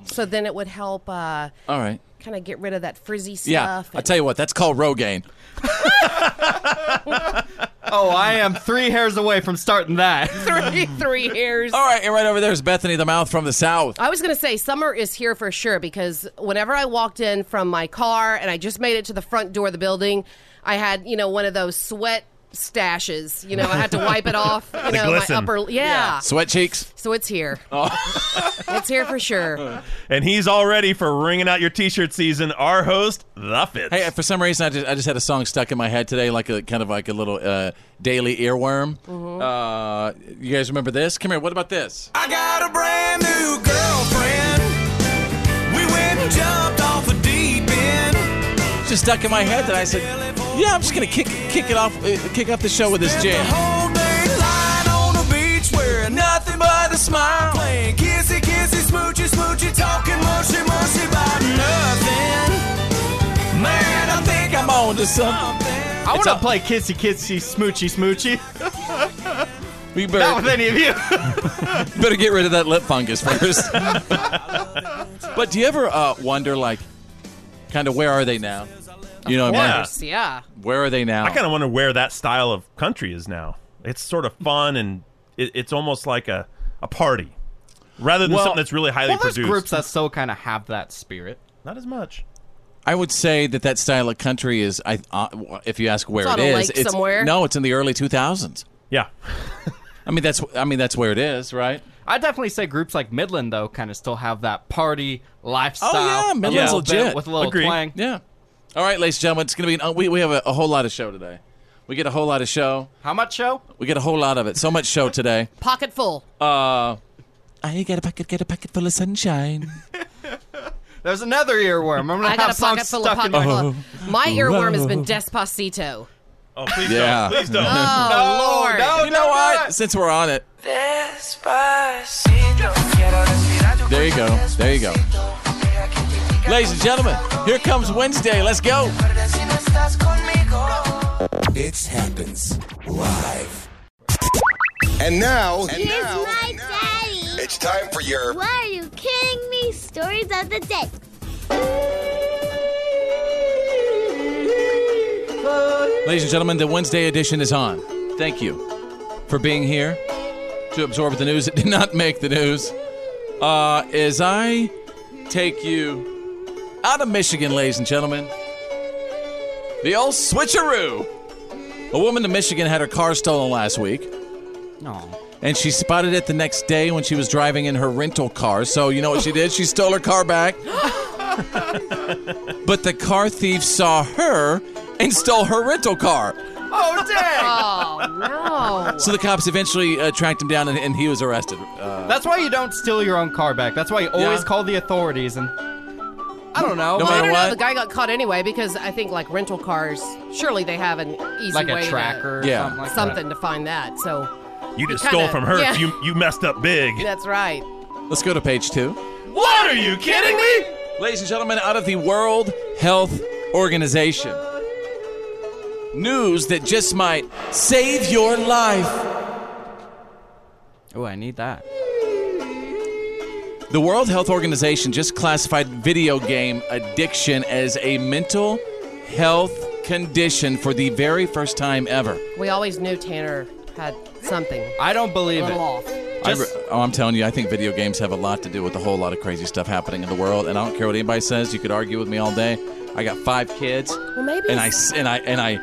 So then it would help uh, All right. kind of get rid of that frizzy stuff. Yeah, I'll and- tell you what. That's called Rogaine. Oh, I am three hairs away from starting that. three, three hairs. All right, and right over there is Bethany the Mouth from the South. I was going to say summer is here for sure because whenever I walked in from my car and I just made it to the front door of the building, I had, you know, one of those sweat stashes. You know, I had to wipe it off, you know, glisten. Oh. my upper. Yeah. Sweat cheeks. So it's here. it's here for sure. And he's all ready for ringing out your t-shirt season. Our host, The Fitz. Hey, for some reason, I just I just had a song stuck in my head today, like a kind of like a little uh, daily earworm. Mm-hmm. Uh, you guys remember this? Come here. What about this? I got a brand new girlfriend. We went and jumped off a deep end. just stuck in my head that I said, "Yeah, I'm just gonna kick kick it off, uh, kick off the show with this jam." Whole day lying on the beach wearing nothing but a smile. Playing kissy kissy smoochy smoochy talking mushy mushy about nothing. Man, I think I'm Come on, to something. something. I want to all- play kissy kissy smoochy smoochy. We Not with better, any of you. better get rid of that lip fungus first. but do you ever uh, wonder, like, kind of where are they now? You know what I Yeah. mean? So, yeah. Where are they now? I kind of wonder where that style of country is now. It's sort of fun and it, it's almost like a, a party rather than Well- something that's really highly Well, there's produced. groups that still kind of have that spirit. Not as much. I would say that that style of country is, I uh, if you ask where It's on it a is, lake it's somewhere. no, it's in the early 2000s. Yeah. I mean, that's I mean that's where it is, right? I definitely say groups like Midland though kind of still have that party lifestyle. Oh, yeah, a Midland's little bit legit. with a little Agreed. twang. Yeah. All right, ladies and gentlemen, it's gonna be an, uh, we we have a, a whole lot of show today. We get a whole lot of show. How much show? We get a whole lot of it. So much show today. Pocket full. Oh. I get a packet, get a packet full of sunshine. There's another earworm. I'm gonna I have got a some pocket full of stuck pocket in my. Oh. full. of- My earworm has been Despacito. Oh, please Yeah. don't. Please don't. Oh, Lord. No, you know no, what? no. Since we're on it. There you go. There you go. Ladies and gentlemen, here comes Wednesday. Let's go. It happens live. And now, and Here's my daddy. it's time for your Why are you kidding me? Stories of the day. Ladies and gentlemen, the Wednesday edition is on. Thank you for being here to absorb the news that did not make the news. Uh, as I take you out of Michigan, ladies and gentlemen, the old switcheroo. A woman in Michigan had her car stolen last week. And she spotted it the next day when she was driving in her rental car. So you know what she did? She stole her car back. but the car thief saw her and stole her rental car. Oh dang! No. So the cops eventually uh, tracked him down and, and he was arrested. Uh, That's why you don't steal your own car back. That's why you always Yeah. call the authorities and I don't know. No I matter don't know. what. The guy got caught anyway because I think like rental cars. Surely they have an easy like way a to- tracker or Yeah. something like something to find that. So You just kinda- stole from her. yeah. You you messed up big. that's right. Let's go to page two. What are you kidding me? Ladies and gentlemen, out of the World Health Organization. News that just might save your life. that. Oh, I need that. The World Health Organization just classified video game addiction as a mental health condition for the very first time ever. We always knew Tanner had something I don't a believe it. little off. I Just- re- oh, I'm telling you, I think video games have a lot to do with a whole lot of crazy stuff happening in the world, and I don't care what anybody says. You could argue with me all day. I got five kids, Well, maybe. and I s- and I and I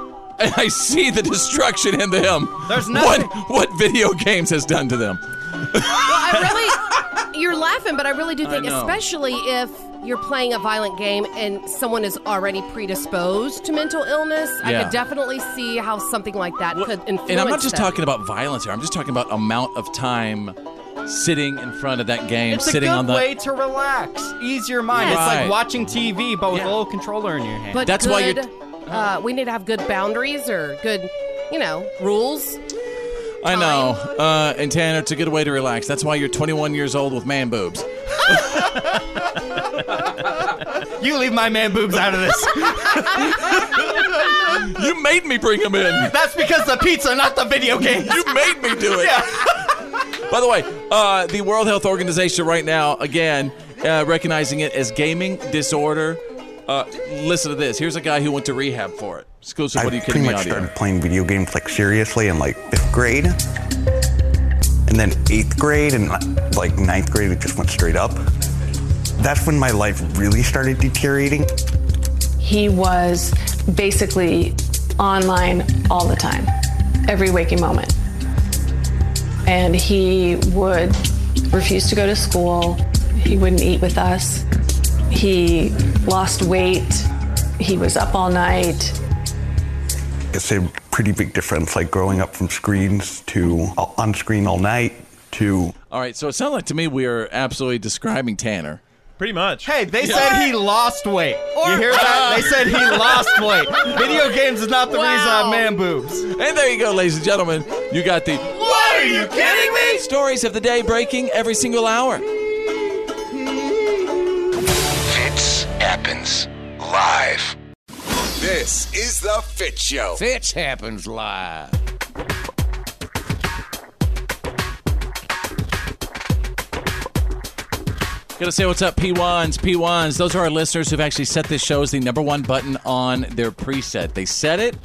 and I see the destruction in them. There's nothing- What what video games has done to them? I really, you're laughing, but I really do I think, know. especially if you're playing a violent game and someone is already predisposed to mental illness, I Yeah. could definitely see how something like that could influence. and I'm not just them. talking about violence here. I'm just talking about amount of time sitting in front of that game, It's sitting a good on the. way to relax, ease your mind. Yeah. It's Right. like watching TV, but with Yeah. a little controller in your hand. But That's why you're- good, Uh, we need to have good boundaries or good, you know, rules. I know. Uh, and Tanner, it's a good way to relax. That's why you're 21 years old with man boobs. you leave my man boobs out of this. you made me bring them in. That's because the pizza, not the video game. You made me do it. By the way, uh, the World Health Organization right now, again, uh, recognizing it as gaming disorder. Uh, listen to this. Here's a guy who went to rehab for it. Exclusive. What are you kidding me? Audio. playing video games like seriously in like fifth grade, and then eighth grade, and like ninth grade, it just went straight up. That's when my life really started deteriorating. He was basically online all the time, every waking moment. And he would refuse to go to school. He wouldn't eat with us. He lost weight. He was up all night. It's a pretty big difference, like growing up from screens to uh, on screen all night to All right. So it sounded like to me we are absolutely describing Tanner. Pretty much. Hey, they said he lost weight. you hear that? They said he lost weight. Video games is not the reason I have man boobs. And there you go, ladies and gentlemen. You got the. What are you kidding me? Stories of the day breaking every single hour. Fits happens live. this is the Fit Show. Fits happens live. Gotta say what's up, P1s, P1s. Those are our listeners who've actually set this show as the number one button on their preset. They set it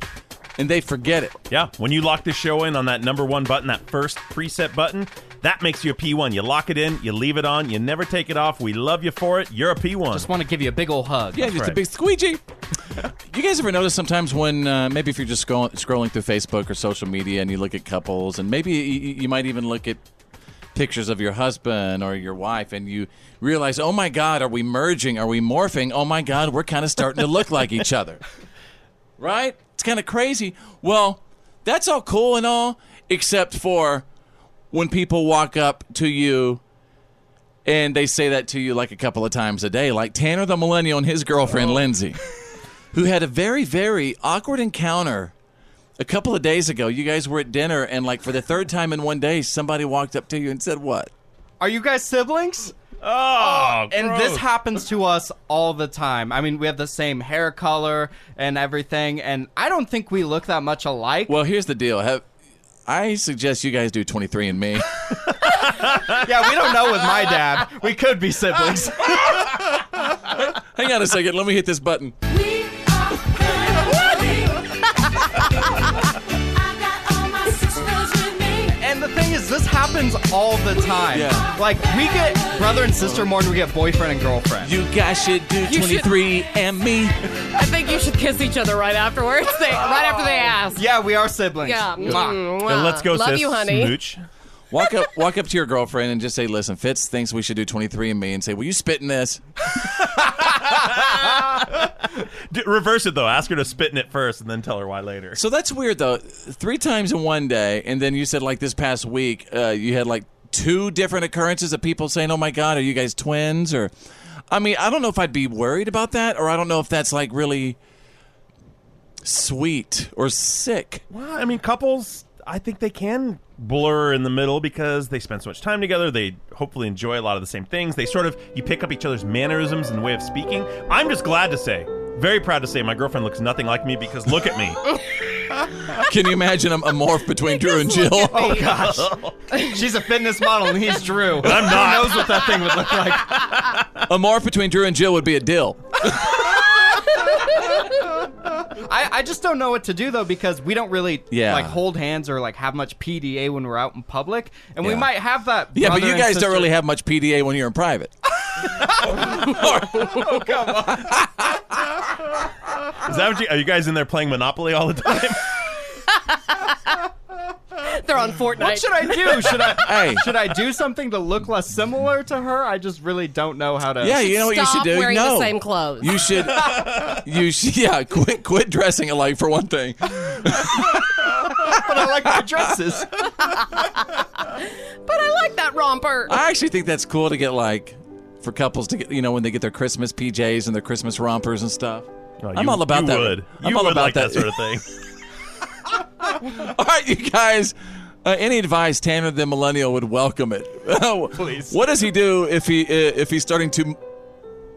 and they forget it. Yeah, when you lock the show in on that number one button, that first preset button, that makes you a P1. You lock it in, you leave it on, you never take it off. We love you for it. You're a P1. Just want to give you a big old hug. Yeah, just a right. big squeegee. you guys ever notice sometimes when uh, maybe if you're just scroll- scrolling through Facebook or social media and you look at couples and maybe you, you might even look at pictures of your husband or your wife and you realize, oh my God, are we merging? Are we morphing? Oh my God, we're kind of starting to look like each other. Right? It's kind of crazy. Well, that's all cool and all, except for when people walk up to you and they say that to you like a couple of times a day, like Tanner the Millennial and his girlfriend Lindsay, who had a very, very awkward encounter a couple of days ago. You guys were at dinner, and like for the third time in one day, somebody walked up to you and said, What? Are you guys siblings? oh, And gross. this happens to us all the time. I mean, we have the same hair color and everything, and I don't think we look that much alike. Well, here's the deal. Have, I suggest you guys do 23 and me. yeah, we don't know with my dad. We could be siblings. Hang on a second. Let me hit this button. and the thing is, this happened happens all the time. Yeah. Like we get brother and sister more than we get boyfriend and girlfriend. You guys should do You should- 23 and me. I think you should kiss each other right afterwards. They, right after they ask. Yeah, we are siblings. Yeah. Mwah. Mwah. Love you, honey. Walk up, walk up to your girlfriend and just say, "Listen, Fitz thinks we should do 23 and me," and say, "Will you spit in this?" D- reverse it though. Ask her to spit in it first, and then tell her why later. So that's weird though. Three times in one day, and then you said like this past week, uh, you had like two different occurrences of people saying, "Oh my God, are you guys twins?" Or, I mean, I don't know if I'd be worried about that, or I don't know if that's like really sweet or sick. Well, I mean, couples, I think they can blur in the middle because they spend so much time together. They hopefully enjoy a lot of the same things. They sort of, you pick up each other's mannerisms and way of speaking. I'm just glad to say, very proud to say, my girlfriend looks nothing like me because look at me. Can you imagine a, a morph between Drew and Jill? Oh gosh, she's a fitness model and he's Drew. I'm not. Who knows what that thing would look like? A morph between Drew and Jill would be a dill. I, I just don't know what to do though because we don't really Yeah. like hold hands or like have much PDA when we're out in public, and we Yeah. might have that. Yeah, but brother you and guys sister- don't really have much PDA when you're in private. Oh, come on. Is that what you, are you guys in there playing Monopoly all the time? They're on Fortnite. What should I do? Should I Hey. should I do something to look less similar to her? I just really don't know how to. Yeah, you know what you should Stop do? wearing no. the same clothes. You should, you should, yeah, quit, quit dressing alike for one thing. but I like my dresses. but I like that romper. I actually think that's cool to get like, for couples to get, you know, when they get their Christmas PJs and their Christmas rompers and stuff. No, I'm Oh, you- all about you that. Would. I'm you all would about like that. that. sort of thing. all right, you guys. Uh, any advice, Tanner the millennial would welcome it. Please. What does he do if he uh, if he's starting to?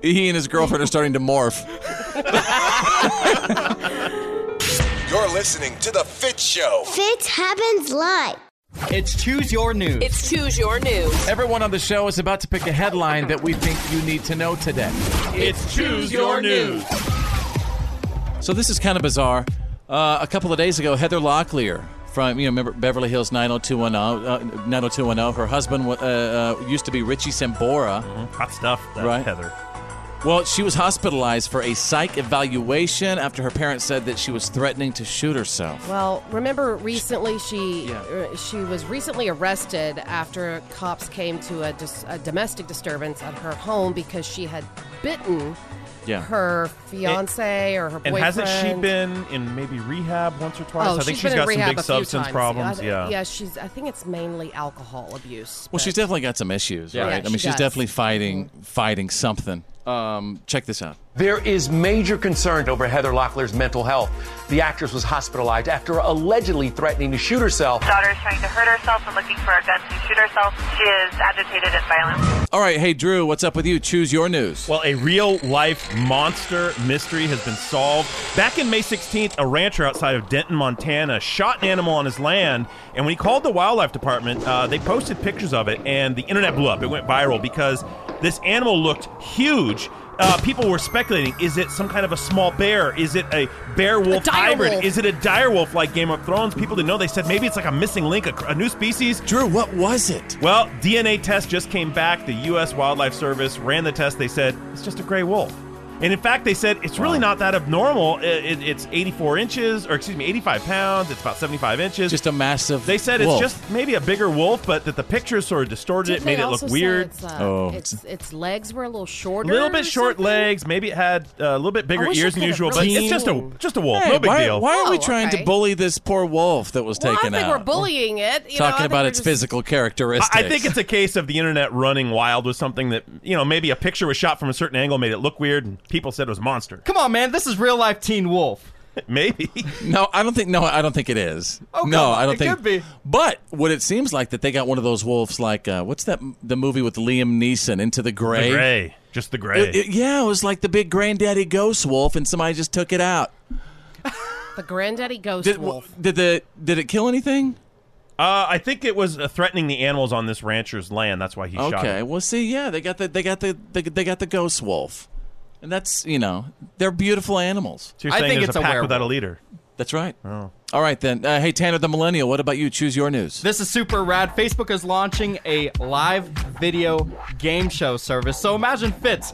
He and his girlfriend are starting to morph. You're listening to The Fit Show. Fit happens live. It's choose your news. It's Choose Your News. Everyone on the show is about to pick a headline that we think you need to know today. It's choose your news. So this is kind of bizarre. Uh, a couple of days ago, Heather Locklear from you know remember Beverly Hills 90210, uh, 90210. Her husband wa- uh, uh, used to be Richie Sambora. Hot stuff, that Right. Heather. Well, she was hospitalized for a psych evaluation after her parents said that she was threatening to shoot herself. Well, remember recently she Yeah. uh, she was recently arrested after cops came to a, dis- a domestic disturbance at her home because she had bitten Yeah. her fiance or her And boyfriend. hasn't she been in maybe rehab once or twice? Oh, I think she's she's been got in some rehab big a few substance times. problems. I- Yeah. yeah. She's. I think it's mainly alcohol abuse. Well, but- she's definitely got some issues, Yeah. right? Yeah, I mean, she she's does. Mm-hmm. definitely fighting fighting something. Um, check this out. There is major concern over Heather Locklear's mental health. The actress was hospitalized after allegedly threatening to shoot herself. daughter is trying to hurt herself and looking for a gun to shoot herself. She is agitated and violent. All right, hey Drew, what's up with you? Choose your news. Well, a real life monster mystery has been solved. Back in May 16th, a rancher outside of Denton, Montana, shot an animal on his land, and when he called the wildlife department, uh, they posted pictures of it, and the internet blew up. It went viral because this animal looked huge. Uh, people were speculating: is it some kind of a small bear? Is it a bear wolf dire hybrid? wolf. Is it a dire wolf like Game of Thrones? People didn't know. They said maybe it's like a missing link, a, a new species. Drew, what was it? Well, DNA test just came back. The U.S. Wildlife Service ran the test. They said it's just a gray wolf. And in fact, they said it's really not that abnormal. I- it- it's 84 inches, or excuse me, 85 pounds. It's about 75 inches. Just a massive. They said wolf. it's just maybe a bigger wolf, but that the pictures sort of distorted Didn't it, they made it look also say weird. Oh. It's, uh, its, its legs were a little shorter. a little bit or short something? legs. Maybe it had uh, a little bit bigger wish I ears than could've usual, really but it's just a seen. just a wolf. Hey, no big why, deal. Why are we Oh, trying okay. to bully this poor wolf that was Well, I taken think we're out? bullying it. You know, I Talking think about we're its just- physical characteristics. I, I think it's a case of the internet running wild with something that you know maybe a picture was shot from a certain angle, made it look weird, and people said it was a monster. Come on, man. This is real life Teen Wolf. Maybe. No, I don't think. No, I don't think it is. Oh, come no, on, I don't it think. could be. But what it seems like that they got one of those wolves. Like uh, what's that? The movie with Liam Neeson, Into the Gray. The gray, just the gray. It- it- yeah, it was like the big granddaddy ghost wolf, and somebody just took it out. The granddaddy ghost Did, wolf. did the did it kill anything? uh, I think it was uh, threatening the animals on this rancher's land. That's why he shot okay, it. well, see, yeah, they got the they got the they, they got the ghost wolf, and that's you know they're beautiful animals. So you're saying there's a, pack without a leader. That's right. All right, then. Uh, hey, Tanner the Millennial, what about you? Choose your news. This is super rad. Facebook is launching a live video game show service. So imagine Fitz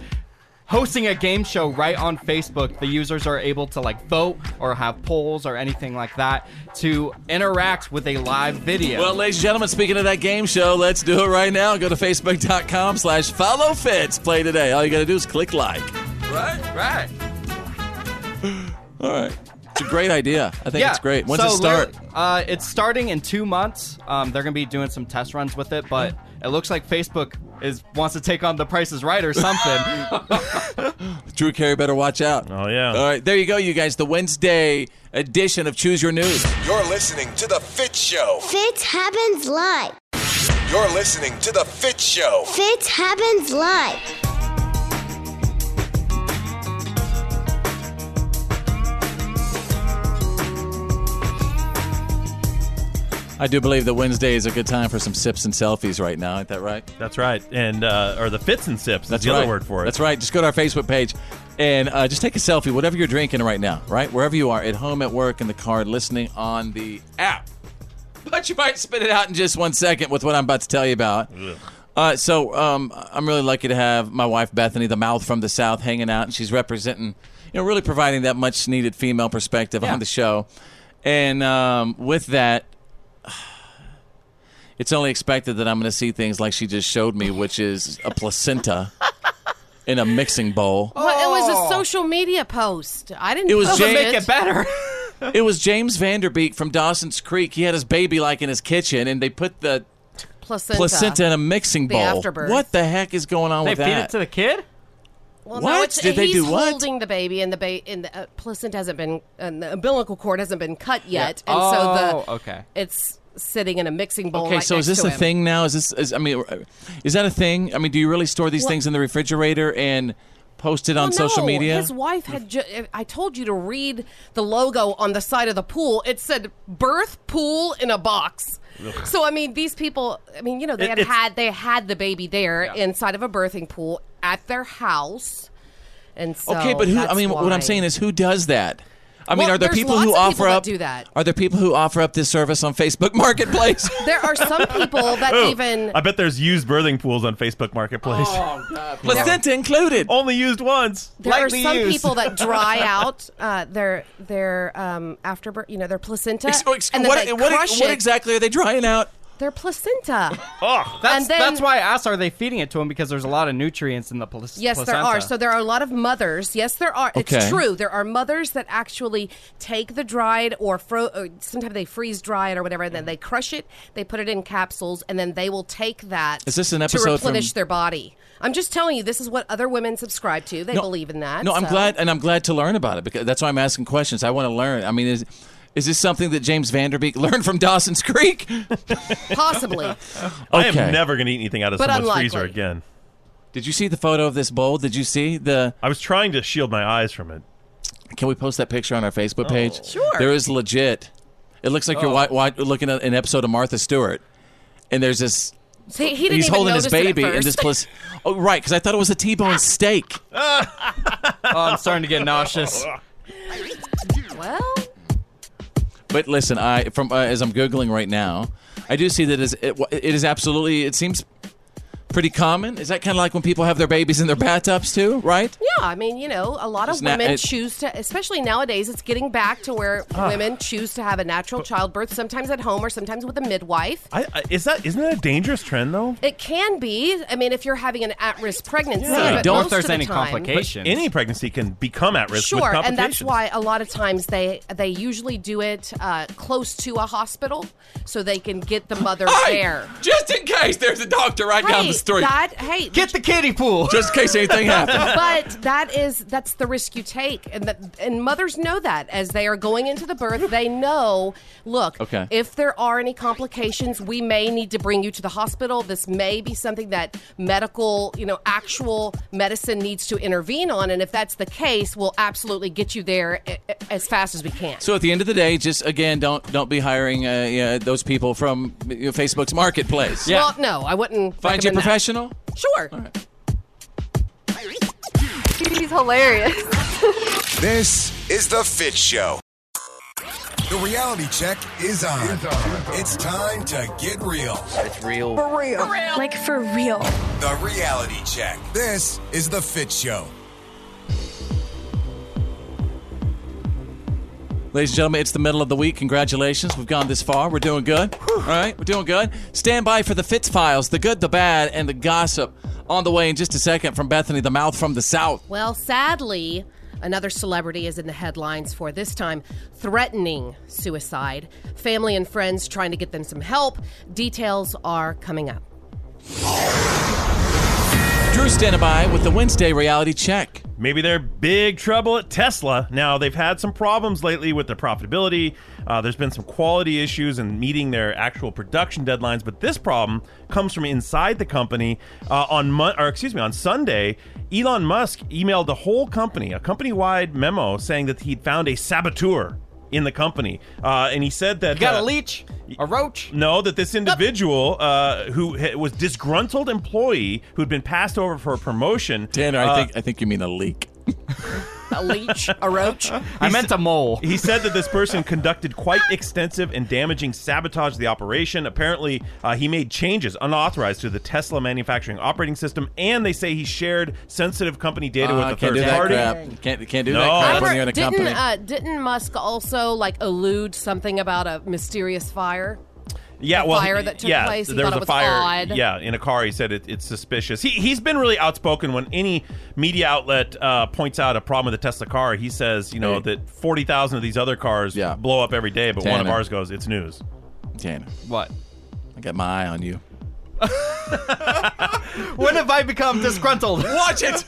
hosting a game show right on Facebook. The users are able to like vote or have polls or anything like that to interact with a live video. Well, ladies and gentlemen, speaking of that game show, let's do it right now. Go to facebook.com slash follow fits. Play today. All you got to do is click like. right, right. All right. It's a great idea. I think it's great. When's so it start? literally- Uh, it's starting in two months. Um, they're gonna be doing some test runs with it, but it looks like Facebook is wants to take on the Price is Right or something. Drew Carey better watch out. Oh, yeah. All right. There you go, you guys. The Wednesday edition of Choose Your News. You're listening to The Fit Show. Fitz happens live. You're listening to The Fit Show. Fitz happens live. I do believe that Wednesday is a good time for some sips and selfies right now. Ain't that right? That's right. And uh, or the fits and sips. That's the right. other word for it. That's right. Just go to our Facebook page and uh, just take a selfie, whatever you're drinking right now, right? Wherever you are, at home, at work, in the car, listening on the app. But you might spit it out in just one second with what I'm about to tell you about. Uh, so um, I'm really lucky to have my wife Bethany, the mouth from the south, hanging out, and she's representing, you know, really providing that much needed female perspective on the show. And um, with that, it's only expected that I'm going to see things like she just showed me, which is a placenta in a mixing bowl. Well, it Oh. was a social media post. I didn't. It was post James. better. it was James Vanderbeek from Dawson's Creek. He had his baby like in his kitchen, and they put the Placenta. placenta in a mixing The bowl. afterbirth. What the heck is going on They with feed it that? to the kid. Well, What? no, it's, Did they he's do what? holding the baby, and the ba- and the uh, placenta hasn't been, and the umbilical cord hasn't been cut yet, and so the oh, okay. it's sitting in a mixing bowl. Okay, right so is next this to a him. thing now? Is this? Is, I mean, is that a thing? I mean, do you really store these Well- things in the refrigerator and post it on Well, social no, media? His wife had. Ju- I told you to read the logo on the side of the pool. It said "birth pool in a box." Ugh. So I mean, these people. I mean, you know, they It- had it's- had they had the baby there inside of a birthing pool at their house, and so okay, but who? I Oh, that's mean, what why. I'm saying is, who does that? I mean, Well, are there there's people lots who of offer that up? do that? Are there people who offer up this service on Facebook Marketplace? There are some people that Oh, Ooh, even I bet there's used birthing pools on Facebook Marketplace. Oh, God. Placenta included. Only used once. there are some people that dry out uh, their their um, afterbirth, you know, their placenta, Ex- oh, ex- and then what, they what- crush what it. exactly are they drying out? Their placenta. Oh, that's And then- that's why I asked, are they feeding it to him? Because there's a lot of nutrients in the pl- Yes, placenta. there are. So there are a lot of mothers. Yes, there are. Okay. It's true. There are mothers that actually take the dried or, fro- or sometimes they freeze dry it or whatever, and then they crush it, they put it in capsules, and then they will take that. Is this an to episode from- replenish their body? I'm just telling you, this is what other women subscribe to. They No, believe in that. No, I'm so- glad, and I'm glad to learn about it because that's why I'm asking questions. I want to learn. I mean, is is this something that James Vanderbeek learned from Dawson's Creek? Possibly. I am Okay. never going to eat anything out of But someone's unlikely. freezer again. Did you see the photo of this bowl? Did you see the? I was trying to shield my eyes from it. Can we post that picture on our Facebook Oh. page? Sure. There is legit. It looks like you're Oh. wa- wa- looking at an episode of Martha Stewart, and there's this. See, he didn't he's even holding his notice it at baby, and first. Ah. this place. Oh, right, because I thought it was a T-bone steak. oh, I'm starting to get nauseous. Well, But listen, I from uh, as I'm googling right now, I do see that is it, it is absolutely it seems pretty common. Is that kind of like when people have their babies in their bathtubs too, right? Yeah, I mean, you know, a lot of It's na- women it- choose to, especially nowadays, it's getting back to where Ah. women choose to have a natural childbirth, sometimes at home or sometimes with a midwife. I, I, is that isn't that a dangerous trend though? It can be. I mean, if you're having an at-risk pregnancy, but most of the time- But any pregnancy can become at risk. with Sure, complications. and that's why a lot of times they they usually do it uh, close to a hospital so they can get the mother Hey, there. Just in case there's a doctor right down Hey, the street. that- hey, Get the kiddie pool. Just in case anything happens. but that is that's the risk you take, and that and mothers know that as they are going into the birth, they know. Look, Okay. if there are any complications, we may need to bring you to the hospital. This may be something that medical, you know, actual medicine needs to intervene on, and if that's the case, we'll absolutely get you there a- a- as fast as we can. So at the end of the day, just again, don't don't be hiring uh, yeah, those people from you know, Facebook's marketplace. Well, no, I wouldn't Find you a recommend that. professional. Sure. He's hilarious. This is The Fit Show. The reality check is on. It's time to get real. It's real. real. Like for real. The reality check. This is The Fit Show. Ladies and gentlemen, it's the middle of the week. Congratulations. We've gone this far. We're doing good. All right, we're doing good. Stand by for the Fitz files, the good, the bad, and the gossip on the way in just a second from Bethany, the mouth from the south. Well, sadly, another celebrity is in the headlines for this time threatening suicide. Family and friends trying to get them some help. Details are coming up. Drew standing by with the Wednesday reality check. Maybe they're big trouble at Tesla. Now, they've had some problems lately with their profitability. Uh, there's been some quality issues in meeting their actual production deadlines, but this problem comes from inside the company. Uh, on Mon- or excuse me, on Sunday, Elon Musk emailed the whole company, a company-wide memo saying that he'd found a saboteur in the company. Uh, and he said that. got a leech? A roach? No, that this individual uh, who ha- was disgruntled employee who'd been passed over for a promotion. Tanner, I think I think you mean a leak. A leech, a roach. I meant a mole. He said that this person conducted quite extensive and damaging sabotage of the operation. Apparently, uh, he made changes unauthorized to the Tesla manufacturing operating system, and they say he shared sensitive company data Uh, with a can't third do that party. crap. Can't- can't do that No. crap when you're Oh, in a Didn't uh, didn't Musk also like allude something about a mysterious fire? yeah, the well, fire that took yeah, place. He there thought was it a was fire. odd. Yeah, in a car. He said it, it's suspicious. He he's been really outspoken when any media outlet uh, points out a problem with the Tesla car. He says, you know, that forty thousand of these other cars blow up every day, but one of Tanner. ours goes, it's news. Tanner. What? I got my eye on you. When have I become disgruntled? Watch it.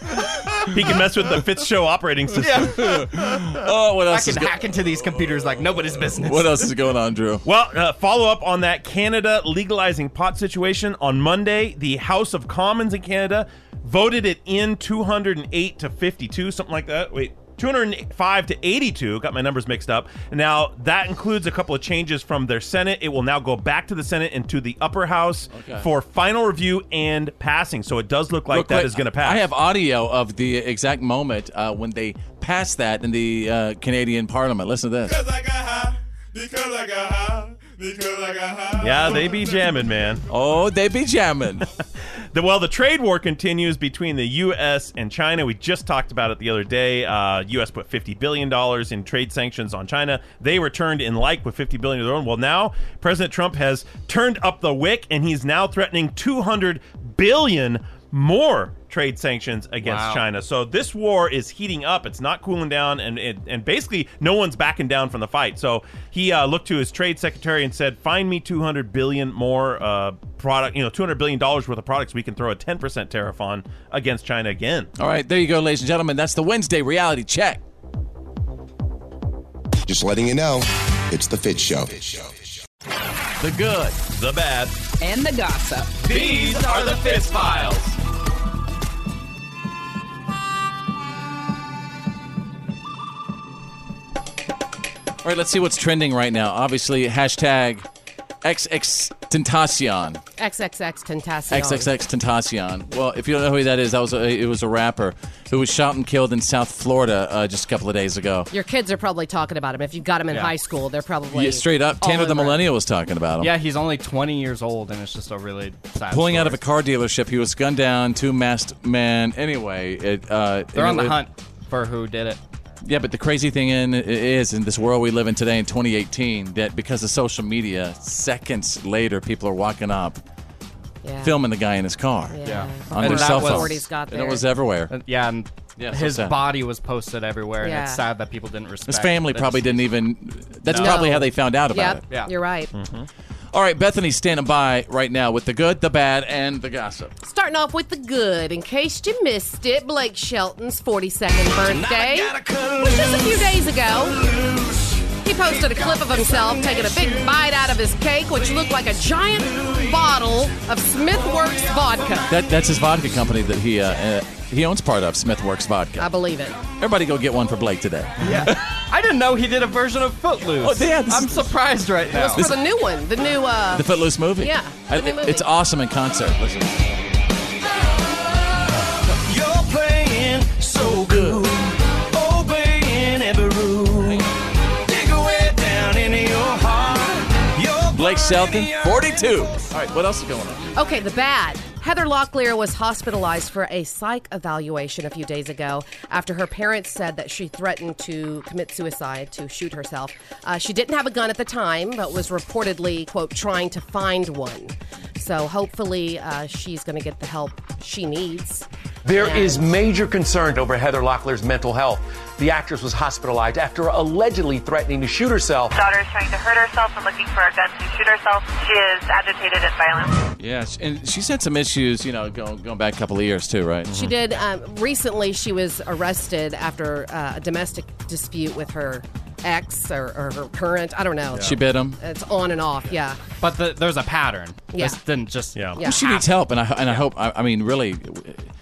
He can mess with the Fitz Show operating system. oh, what else I is can go- hack into these computers like nobody's business. What else is going on, Drew? Well, uh, follow up on that Canada legalizing pot situation on Monday. The House of Commons in Canada voted it in 208 to 52, something like that. Wait. 205 to 82, got my numbers mixed up. Now, that includes a couple of changes from their Senate. It will now go back to the Senate and to the upper house Okay. for final review and passing. So it does look like Real that quick, is going to pass. I have audio of the exact moment uh, when they passed that in the uh, Canadian Parliament. Listen to this. Because I got high. Because I got high. Yeah, they be jamming, man. Oh, they be jamming. the, well, the trade war continues between the U.S. and China. We just talked about it the other day. Uh, U.S. put fifty billion dollars in trade sanctions on China. They returned in like with fifty billion of their own. Well, now President Trump has turned up the wick, and he's now threatening two hundred billion more trade sanctions against Wow. China. So this war is heating up. It's not cooling down, and and, and basically no one's backing down from the fight. So he uh, looked to his trade secretary and said, "Find me 200 billion more uh, product, you know, 200 billion dollars worth of products we can throw a 10 percent tariff on against China again." All right, there you go, ladies and gentlemen. That's the Wednesday reality check. Just letting you know, it's The Fit Show. The good, the bad, And the gossip. These are the Fitz Files. All right, let's see what's trending right now. Obviously, hashtag XXTentacion. XXX Tentacion. XXX Tentacion. Well, if you don't know who that is, that was a, it was a rapper who was shot and killed in South Florida uh, just a couple of days ago. Your kids are probably talking about him. If you got him in Yeah. high school, they're probably Yeah, straight up, Oh, all Tanner the over it. Millennial was talking about him. Yeah, he's only 20 years old, and it's just a really sad. Pulling out of a car dealership, he was gunned down, two masked men. Anyway, it, uh, They're on and it- the hunt for who did it. Yeah, but the crazy thing in is in this world we live in today in 2018 that because of social media, seconds later people are walking up, Yeah. filming the guy in his car. Yeah. on And their that cell was- phone. And it was everywhere. And- Uh, yeah, and Yeah, so his sad. body was posted everywhere, Yeah. and it's sad that people didn't respect. His family They probably just- didn't even. That's No. probably how they found out about Yep, it. You're Hmm. right. All right, Bethany's standing by right now with the good, the bad, and the gossip. Starting off with the good, in case you missed it, Blake Shelton's 42nd birthday, was just a few days ago. He posted a clip of himself taking a big bite out of his cake, which looked like a giant bottle of Smith Works vodka. That that's his vodka company that he uh, uh, he owns part of, Smith Works Vodka. I believe it. Everybody go get one for Blake today. I didn't know he did a version of Footloose. Oh, yeah, this I'm is- surprised right It was now. for the new one, the new. Uh, The Footloose movie. Yeah, I- the new movie. it's awesome in concert. Listen. You're playing so good, obeying every rule. Dig away down in the Blake Shelton, 42. All right, what else is going on? Okay, the bad. Heather Locklear was hospitalized for a psych evaluation a few days ago after her parents said that she threatened to commit suicide, to shoot herself. Uh, she didn't have a gun at the time, but was reportedly, quote, trying to find one. So hopefully uh, she's going to get the help she needs. There And- is major concern over Heather Locklear's mental health. The actress was hospitalized after allegedly threatening to shoot herself. Daughter is trying to hurt herself and looking for a gun to shoot herself. She is agitated and violent. Yeah, sh- and she's had some issues, you know, going, going back a couple of years too, right? She did. Um, recently, she was arrested after uh, a domestic dispute with her ex or, or her current. I don't know. She bit him. It's on and off, yeah. But the, there's a pattern. Yeah. This didn't just. Yeah. Yeah. She needs help, and I and I hope. I, I mean, really,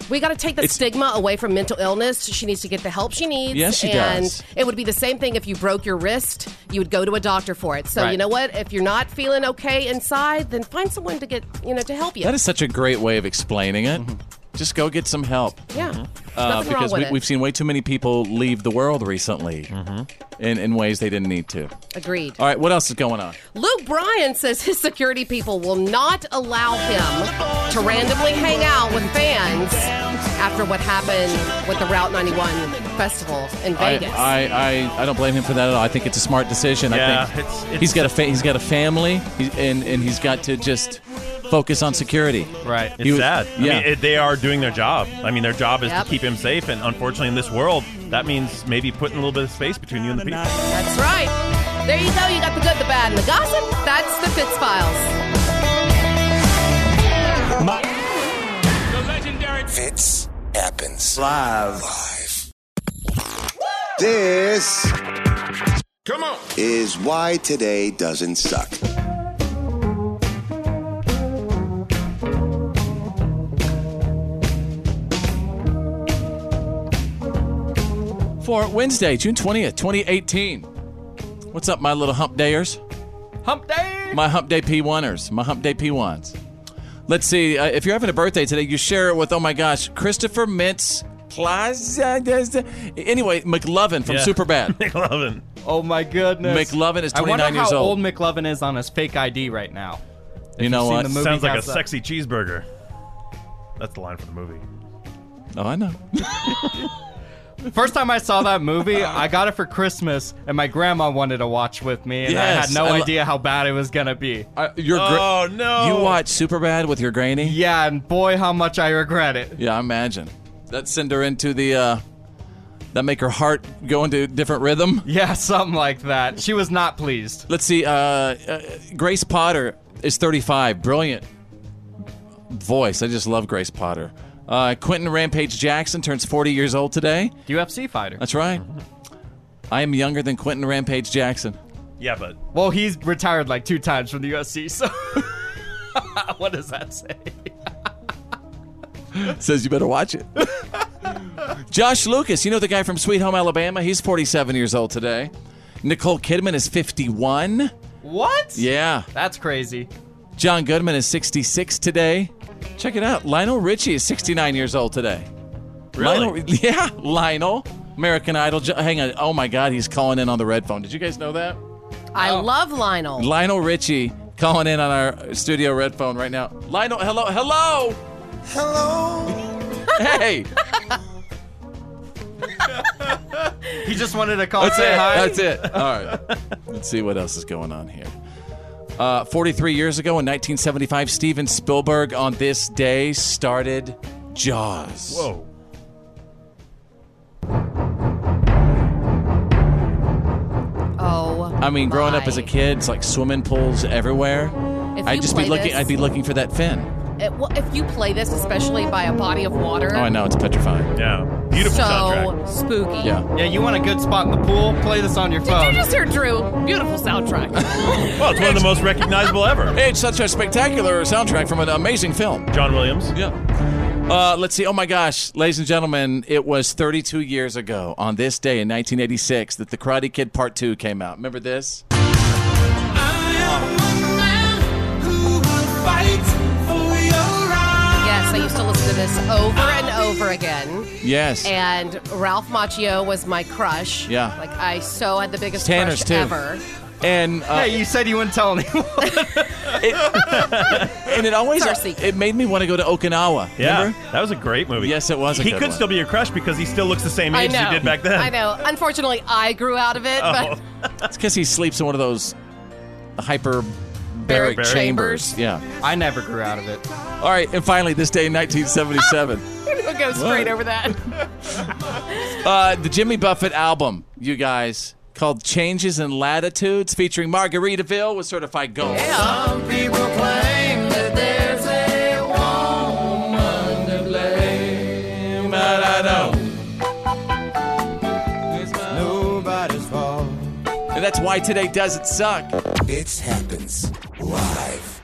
We got to take the It's- stigma away from mental illness. She needs to get the help she needs. Yes, she and does. it would be the same thing if you broke your wrist. You would go to a doctor for it. So Right. you know what? If you're not feeling okay inside, then find someone to get you know to help you. that is such a great way of explaining it. Just go get some help. yeah. There's Uh, nothing because wrong with we, it. we've seen way too many people leave the world recently in, in ways they didn't need to. Agreed. All right, what else is going on? Luke Bryan says his security people will not allow him to randomly hang out with fans after what happened with the Route 91 festival in I, Vegas. I, I, I don't blame him for that at all. I think it's a smart decision. Yeah, I think it's- it's- he's got a fa- he's got a family, he- and and he's got to just focus on security. Right. It's He was- sad. yeah. I mean, it, they are doing their job. I mean, their job is Yep. to keep him safe, and unfortunately, in this world, that means maybe putting a little bit of space between you and the people. That's right. There you go. You got the good, the bad, and the gossip. That's the Fitz Files. The legendary Fits happens live. Live. This. Come on. Is why today doesn't suck. For Wednesday, June 20th, 2018. What's up, my little hump dayers? Hump day. My hump day P1ers. My hump day P1s. Let's see. Uh, if you're having a birthday today, you share it with, oh my gosh, Christopher Mintz Plaza. Anyway, McLovin from Yeah. Superbad. McLovin. Oh my goodness. McLovin is 29 I wonder years how old. old McLovin is on his fake ID right now. If You know you've seen what? the movie, Sounds like a how's that? sexy cheeseburger. That's the line for the movie. Oh, I know. First time I saw that movie, I got it for Christmas, and my grandma wanted to watch with me, and Yes, I had no I lo- idea how bad it was gonna be. Your gra- Oh, You watch Superbad with your granny? Yeah, and boy, how much I regret it. Yeah, I imagine. That send her into the, uh, that make her heart go into a different rhythm? Yeah, something like that. She was not pleased. Let's see. Uh, uh, Grace Potter is 35. Brilliant voice. I just love Grace Potter. Uh, Quentin Rampage Jackson turns 40 years old today. UFC fighter. That's right. I am younger than Quentin Rampage Jackson. Yeah, but Well, he's retired like two times from the UFC, so what does that say? Says you better watch it. Josh Lucas, you know the guy from Sweet Home Alabama? He's 47 years old today. Nicole Kidman is 51. What? Yeah. That's crazy. John Goodman is 66 today. Check it out. Lionel Richie is 69 years old today. Really? Lionel, yeah, Lionel. American Idol. Jo- Hang on. Oh my God, he's calling in on the red phone. Did you guys know that? I Oh. love Lionel. Lionel Richie calling in on our studio red phone right now. Lionel, hello, hello. Hello. Hey. He just wanted to call That's say it. hi. That's it. All right. Let's see what else is going on here. Uh, 43 years ago in 1975, Steven Spielberg on this day started Jaws. Whoa. Oh. I mean, growing up as a my. kid, it's like swimming pools everywhere. If I'd you just be play looking. this- I'd be looking for that fin. It- well, if you play this, especially by a body of water, Oh, I know it's petrifying. Yeah, so spooky. Yeah. Yeah, you want a good spot in the pool? Play this on your Did you phone. just hear Drew? Beautiful soundtrack. Well, it's one of the most recognizable ever. It's such a spectacular soundtrack from an amazing film. John Williams. Yeah. Uh, let's see. Oh my gosh, ladies and gentlemen, it was 32 years ago on this day in 1986 that The Karate Kid Part Two came out. Remember this? yes, I used to listen to this over and over again. Yes. And Ralph Macchio was my crush. Yeah. Like I so had the biggest Tanner's crush too. ever. And uh, hey, you said you wouldn't tell anyone. and it always it made me want to go to Okinawa. Yeah, remember? that was a great movie. Yes, it was. A he good could one. still be your crush because he still looks the same I age know. as he did back then. I know. Unfortunately, I grew out of it. Oh. But It's because he sleeps in one of those hyperbaric Baric chambers. chambers. Yeah. I never grew out of it. All right, and finally, this day in 1977, we'll go straight What? over that. uh, the Jimmy Buffett album, you guys, called "Changes in Latitudes," featuring Margaritaville, was certified gold. Some people claim that there's a woman to blame, but I don't. It's nobody's fault. And that's why today doesn't suck. It happens live.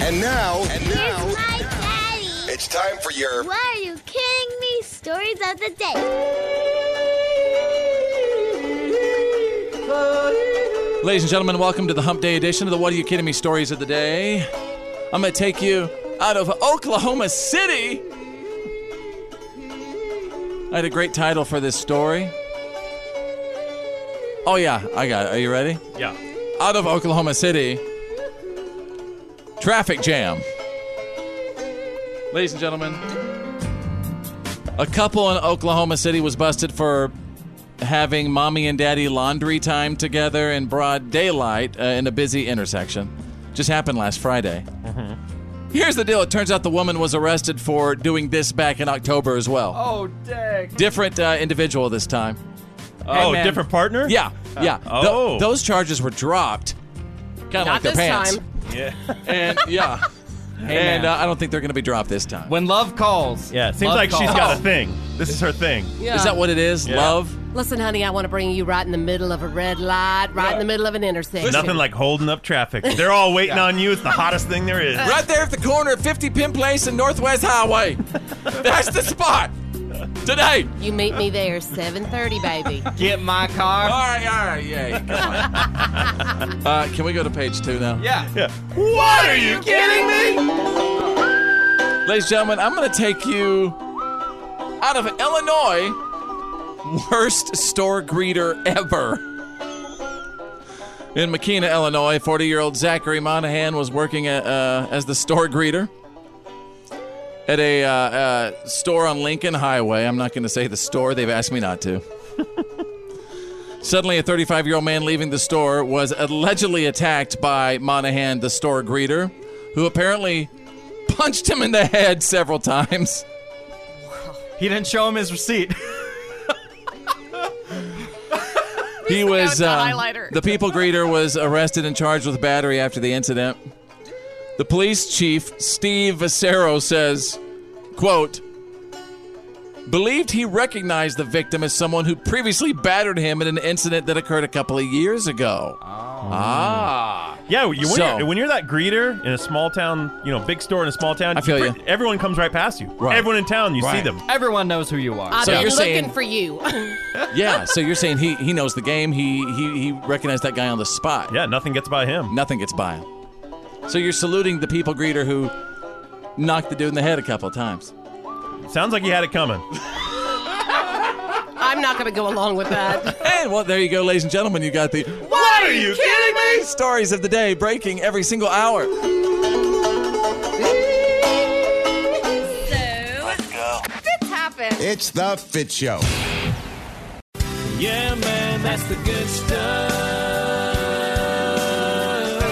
And now, and now, it's time for your Why are you kidding me? Stories of the day. Ladies and gentlemen, welcome to the Hump Day edition of the What Are You Kidding Me Stories of the Day. I'm going to take you out of Oklahoma City. I had a great title for this story. Oh, yeah, I got it. Are you ready? Yeah. Out of Oklahoma City, traffic jam. Ladies and gentlemen, a couple in Oklahoma City was busted for having mommy and daddy laundry time together in broad daylight uh, in a busy intersection. Just happened last Friday. Here's the deal it turns out the woman was arrested for doing this back in October as well. Oh, dang. Different uh, individual this time. Oh, different partner? Yeah, yeah. Uh, Th- oh. those charges were dropped. Kind of like Not their this pants. time. Yeah. And yeah. man. and uh, I don't think they're going to be dropped this time. When love calls. Yeah, it seems Love like she's calls. got a thing. This is her thing. Yeah. Is that what it is? Yeah. Love? Listen, honey, I want to bring you right in the middle of a red light, right in the middle of an intersection. Nothing like holding up traffic. They're all waiting on you. It's the hottest thing there is. Right there at the corner of 50 Pin Place and Northwest Highway. That's the spot today. You meet me there, 7:30, baby. Get my car. All right, all right, yeah. Uh, can we go to page two now? Yeah. Yeah. What are you kidding me? Ladies and gentlemen, I'm going to take you out of Illinois, worst store greeter ever. In Makena, Illinois, 40 year old Zachary Monahan was working at, uh, as the store greeter at a uh, uh, store on Lincoln Highway. I'm not going to say the store, they've asked me not to. Suddenly, a 35 year old man leaving the store was allegedly attacked by Monahan, the store greeter, who apparently punched him in the head several times. He didn't show him his receipt. He was the uh, highlighter. the people greeter was arrested and charged with battery after the incident. The police chief Steve Vicero says, "quote Believed he recognized the victim as someone who previously battered him in an incident that occurred a couple of years ago. Ah, Yeah, you, when, So- you're, when you're that greeter in a small town, you know, big store in a small town, I feel pre- Everyone comes right past you. Right. Everyone in town, you see Right. them. Everyone knows who you are. I've So been you're looking saying- for you. yeah. So you're saying he he knows the game. He he he recognized that guy on the spot. Yeah, nothing gets by him. Nothing gets by him. So you're saluting the people greeter who knocked the dude in the head a couple of times. Sounds like he had it coming. I'm not going to go along with that. And well, there you go, ladies and gentlemen. You got the What are you kidding me? Stories of the day breaking every single hour. Let's go. Fits happen. It's the Fit Show. Yeah, man, that's the good stuff.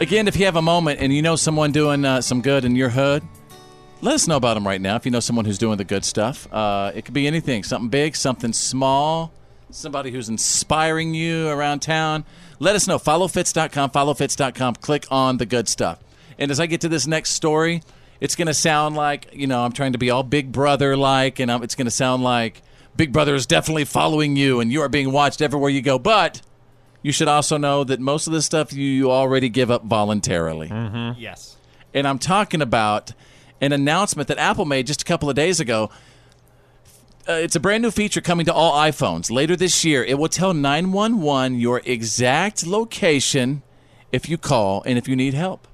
Again, if you have a moment and you know someone doing uh, some good in your hood, let us know about them right now. If you know someone who's doing the good stuff, uh, it could be anything something big, something small, somebody who's inspiring you around town. Let us know. Followfits.com, followfits.com. Click on the good stuff. And as I get to this next story, it's going to sound like, you know, I'm trying to be all Big Brother like, and i it's going to sound like Big Brother is definitely following you and you are being watched everywhere you go. But you should also know that most of this stuff you, you already give up voluntarily. yes. And I'm talking about an announcement that Apple made just a couple of days ago. Uh, it's a brand new feature coming to all iPhones later this year. It will tell 911 your exact location if you call and if you need help.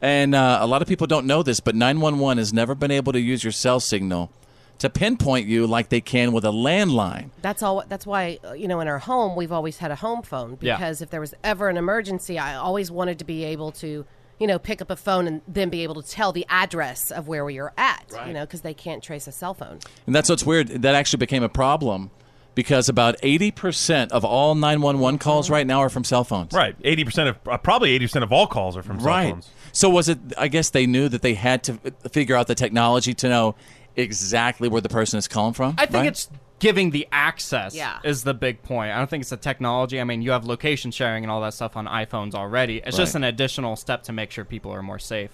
And uh, a lot of people don't know this, but 911 has never been able to use your cell signal to pinpoint you like they can with a landline. That's all. That's why uh, you know in our home we've always had a home phone Yeah. because if there was ever an emergency, I always wanted to be able to you know pick up a phone and then be able to tell the address of where we are at. You know because they can't trace a cell phone. And that's what's weird. That actually became a problem because about 80% of all 911 calls right now are from cell phones. Right. Eighty percent of uh, probably eighty percent of all calls are from cell right. phones. So was it? I guess they knew that they had to f- figure out the technology to know exactly where the person is calling from. I think right? it's giving the access Yeah. is the big point. I don't think it's the technology. I mean, you have location sharing and all that stuff on iPhones already. It's just Right. an additional step to make sure people are more safe.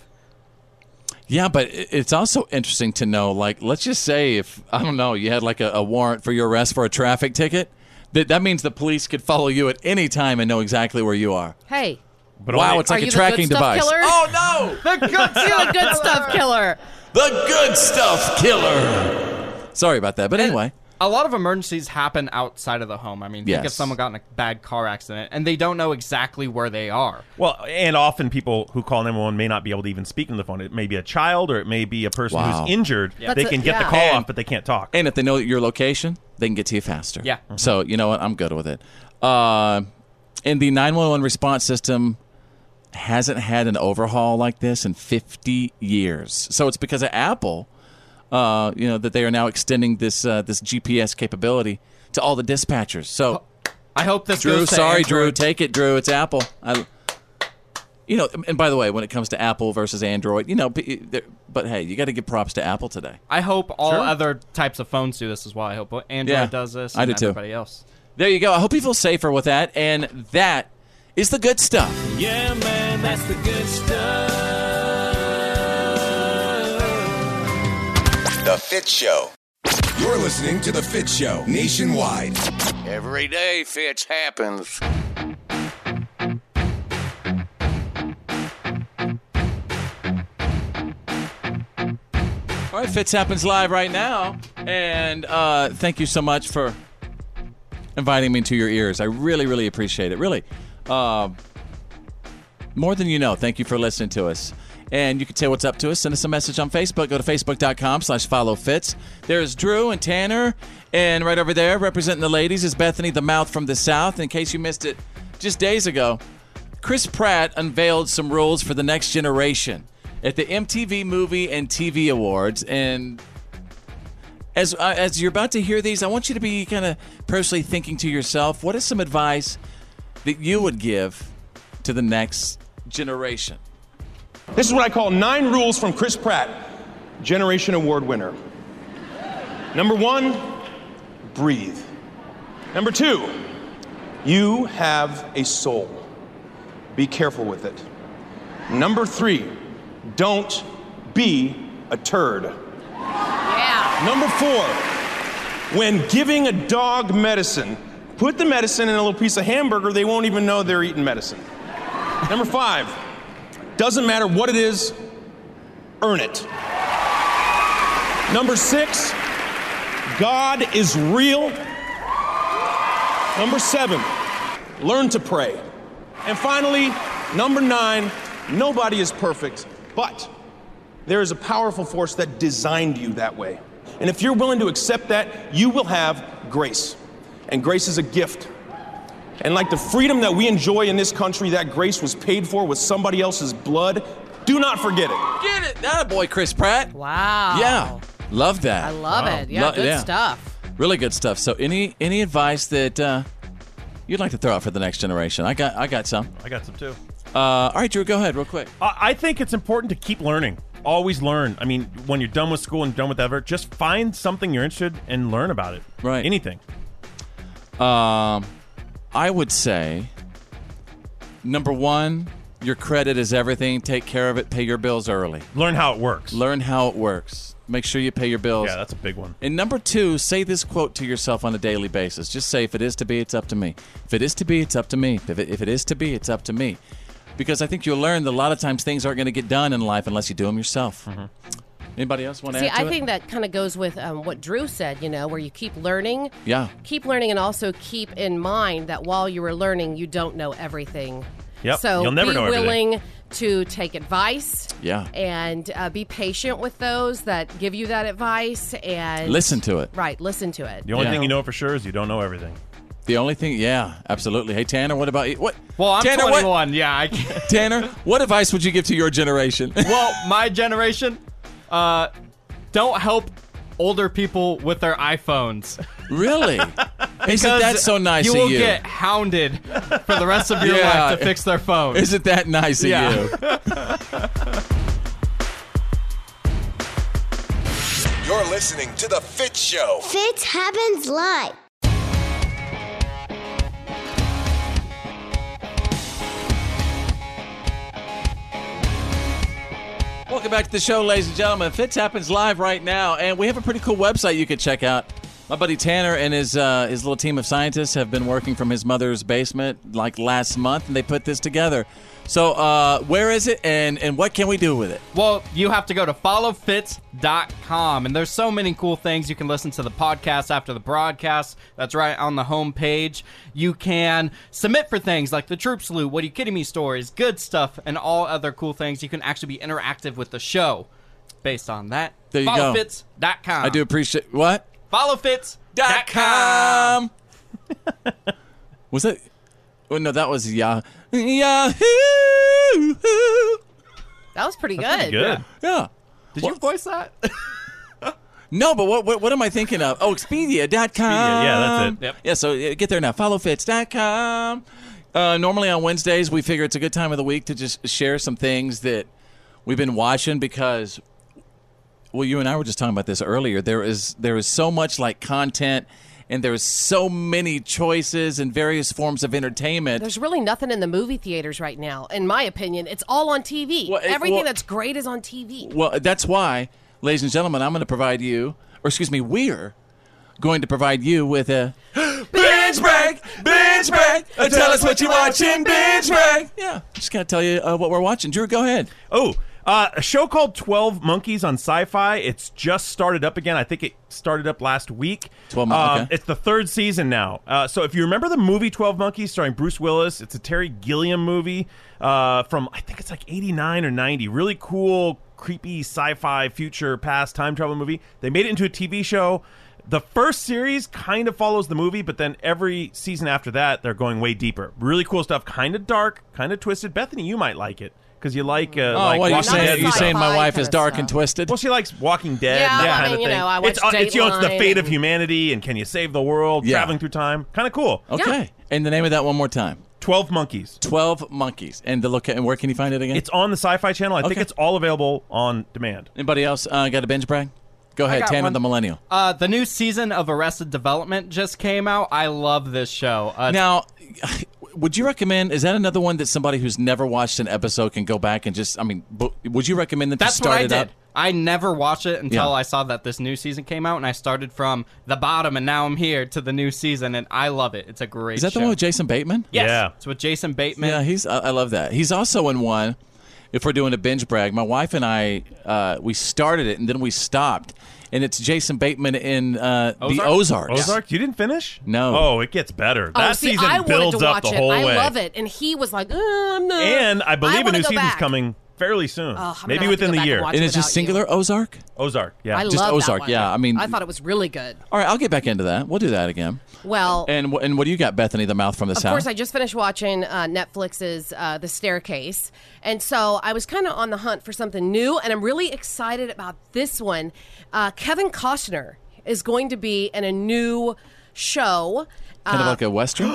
yeah, but i- it's also interesting to know. Like, let's just say if I don't know, you had like a, a warrant for your arrest for a traffic ticket. That that means the police could follow you at any time and know exactly where you are. Hey. But wow, it's like a tracking device. Oh no! The good, you're the good stuff killer. The good stuff killer. Sorry about that, but anyway. A lot of emergencies happen outside of the home. I mean, think if Yes. someone got in a bad car accident and they don't know exactly where they are. Well, and often people who call 911 may not be able to even speak on the phone. It may be a child or it may be a person Wow. who's injured. Yeah. They That's a- can get the yeah. call And- off, but they can't talk. And if they know your location, they can get to you faster. Yeah. Mm-hmm. So you know what? I'm good with it. Uh, and the 911 response system hasn't had an overhaul like this in 50 years. So it's because of Apple, uh, you know, that they are now extending this uh, this GPS capability to all the dispatchers. So Oh, I hope this Drew, goes to sorry, Android. Drew, take it, Drew. It's Apple. I, you know, and by the way, when it comes to Apple versus Android, you know, b- there- but hey, you got to give props to Apple today. I hope all Sure. other types of phones do this as well. I hope Android Yeah, does this. I and do too. Everybody else. There you go. I hope you feel safer with that. And that is the good stuff. Yeah, man, that's the good stuff. The Fit Show. You're listening to The Fit Show nationwide. Every day, Fitz happens. All right, Fitz happens live right now. And uh, thank you so much for inviting me to your ears. I really, really appreciate it. Really. Uh, more than you know, thank you for listening to us. And you can say what's up to us. Send us a message on Facebook. Go to facebook.com slash follow fits. There's Drew and Tanner. And right over there, representing the ladies, is Bethany the Mouth from the South. In case you missed it just days ago, Chris Pratt unveiled some rules for the next generation at the MTV Movie and TV Awards. And as uh, as you're about to hear these, I want you to be kind of personally thinking to yourself, what is some advice that you would give to the next generation? This is what I call nine rules from Chris Pratt, Generation Award winner. Number one, breathe. Number two, you have a soul. Be careful with it. Number three, don't be a turd. Yeah. Number four, when giving a dog medicine, put the medicine in a little piece of hamburger, they won't even know they're eating medicine. Number five, doesn't matter what it is, earn it. Number six, God is real. Number seven, learn to pray. And finally, number nine, nobody is perfect, but there is a powerful force that designed you that way. And if you're willing to accept that, you will have grace. And grace is a gift. And like the freedom that we enjoy in this country, that grace was paid for with somebody else's blood. Do not forget it. Get it? That boy, Chris Pratt. Wow. Yeah. Love that. I love it. Yeah, Lo- good stuff. Really good stuff. So any any advice that uh, you'd like to throw out for the next generation? I got I got some. I got some too. Uh, all right, Drew, go ahead real quick. I I think it's important to keep learning. Always learn. I mean, when you're done with school and done with ever, just find something you're interested in and learn about it. Right. Anything. Um, I would say number one, your credit is everything. Take care of it. Pay your bills early. Learn how it works. Learn how it works. Make sure you pay your bills. Yeah, that's a big one. And number two, say this quote to yourself on a daily basis. Just say, if it is to be, it's up to me. If it is to be, it's up to me. If it, if it is to be, it's up to me. Because I think you'll learn that a lot of times things aren't going to get done in life unless you do them yourself. Mm-hmm. Anybody else want to See, add to I it? think that kind of goes with um, what Drew said. You know, where you keep learning. yeah. keep learning and also keep in mind that while you are learning, you don't know everything. Yep, So you'll never be know everything. willing to take advice. Yeah. And uh, be patient with those that give you that advice and Listen to it. Right, listen to it. The only Yeah. thing you know for sure is you don't know everything. The only thing, yeah, absolutely. Hey, Tanner, what about you? What? Well, I'm Tanner, 21. what? Yeah, I Tanner, what advice would you give to your generation? well, my generation, uh, don't help older people with their iPhones. Really? Isn't that so nice you of will you? get hounded for the rest of your Yeah. life to fix their phone. Isn't that nice of Yeah. you? You're listening to The Fit Show. Fit happens live. Welcome back to the show, ladies and gentlemen. Fitz happens live right now, and we have a pretty cool website you could check out. My buddy Tanner and his uh, his little team of scientists have been working from his mother's basement like last month, and they put this together. So, uh, where is it, and and what can we do with it? Well, you have to go to followfits.com, and there's so many cool things. You can listen to the podcast after the broadcast. That's right on the homepage. You can submit for things like the Troop Salute, What Are You Kidding Me stories, good stuff, and all other cool things. You can actually be interactive with the show based on that. There you go. Followfits.com. I do appreciate what Followfits.com. was that? Oh no, that was Yah. Yahoo! That was pretty That's pretty good. good. Yeah. Did What- you voice that? No, but what, what what am I thinking of? Oh, Expedia.com. Expedia, yeah, that's it. Yeah, so uh, get there now. Followfits.com. Uh, normally on Wednesdays, we figure it's a good time of the week to just share some things that we've been watching because, well, you and I were just talking about this earlier. There is there is so much like content, and there is so many choices and various forms of entertainment. There's really nothing in the movie theaters right now, in my opinion. It's all on TV. it- Everything well- that's great is on TV. Well, that's why, ladies and gentlemen, I'm going to provide you, or excuse me, we're going to provide you with a binge break, binge break. Uh, Tell us what you're watching, binge break. Yeah, just got to tell you uh, what we're watching. Drew, go ahead. Oh, uh, a show called 12 Monkeys on Sci Fi. It's just started up again. I think it started up last week. 12 Mon- Monkeys. okay. It's the third season now. Uh, so if you remember the movie 12 Monkeys starring Bruce Willis, it's a Terry Gilliam movie uh, from, I think it's like 89 or 90. Really cool, creepy sci fi future past time travel movie. They made it into a TV show. The first series kind of follows the movie, but then every season after that, they're going way deeper. Really cool stuff. Kind of dark, kind of twisted. Bethany, you might like it because you like. Oh, Uh, like what are you Walking saying? Dead You stuff. saying my wife is dark and twisted? Well, she likes Walking Dead Yeah, and that I kind mean, of you thing. know, I it's, watch uh, it's, you know, it's the Dateline fate of and- humanity and can you save the world? Yeah. Traveling through time, kind of cool. Okay. And the name of that one more time. Twelve Monkeys. Twelve Monkeys. And the loca- and where can you find it again? It's on the Sci-Fi Channel. I think Okay. it's all available on demand. Anybody else uh, got a binge brag? Go I ahead, got Tanner one. the Millennial. Uh, the new season of Arrested Development just came out. I love this show. Uh, Now, would you recommend? Is that another one that somebody who's never watched an episode can go back and just? I mean, bo- would you recommend them that's to start what I it did. up? I never watched it until Yeah. I saw that this new season came out, and I started from the bottom, and now I'm here to the new season, and I love it. It's a great. Is that show. the one with Jason Bateman? Yes. It's with Jason Bateman. Yeah, he's. I, I love that. He's also in one. If we're doing a binge brag, my wife and I, uh, we started it and then we stopped, and it's Jason Bateman in uh, the Ozarks. Ozark, you didn't finish? No. Oh, it gets better. Oh, that see, season I wanted builds to up watch the it. whole I way. love it, and he was like, "Uh, no." And I believe a wanna new go season's back. coming fairly soon. Oh, I'm Maybe gonna have to within go the back and year. watch And it's Just singular Ozark. Ozark. Yeah. I Just love that Ozark, one. yeah, I mean- I thought it was really good. All right, I'll get back into that. We'll do that again. Well, And wh- and what do you got, Bethany? The mouth from the Of south. course, I just finished watching uh, Netflix's uh, The Staircase. And so I was kind of on the hunt for something new, and I'm really excited about this one. Uh, Kevin Costner is going to be in a new show. kind of Uh, like a western.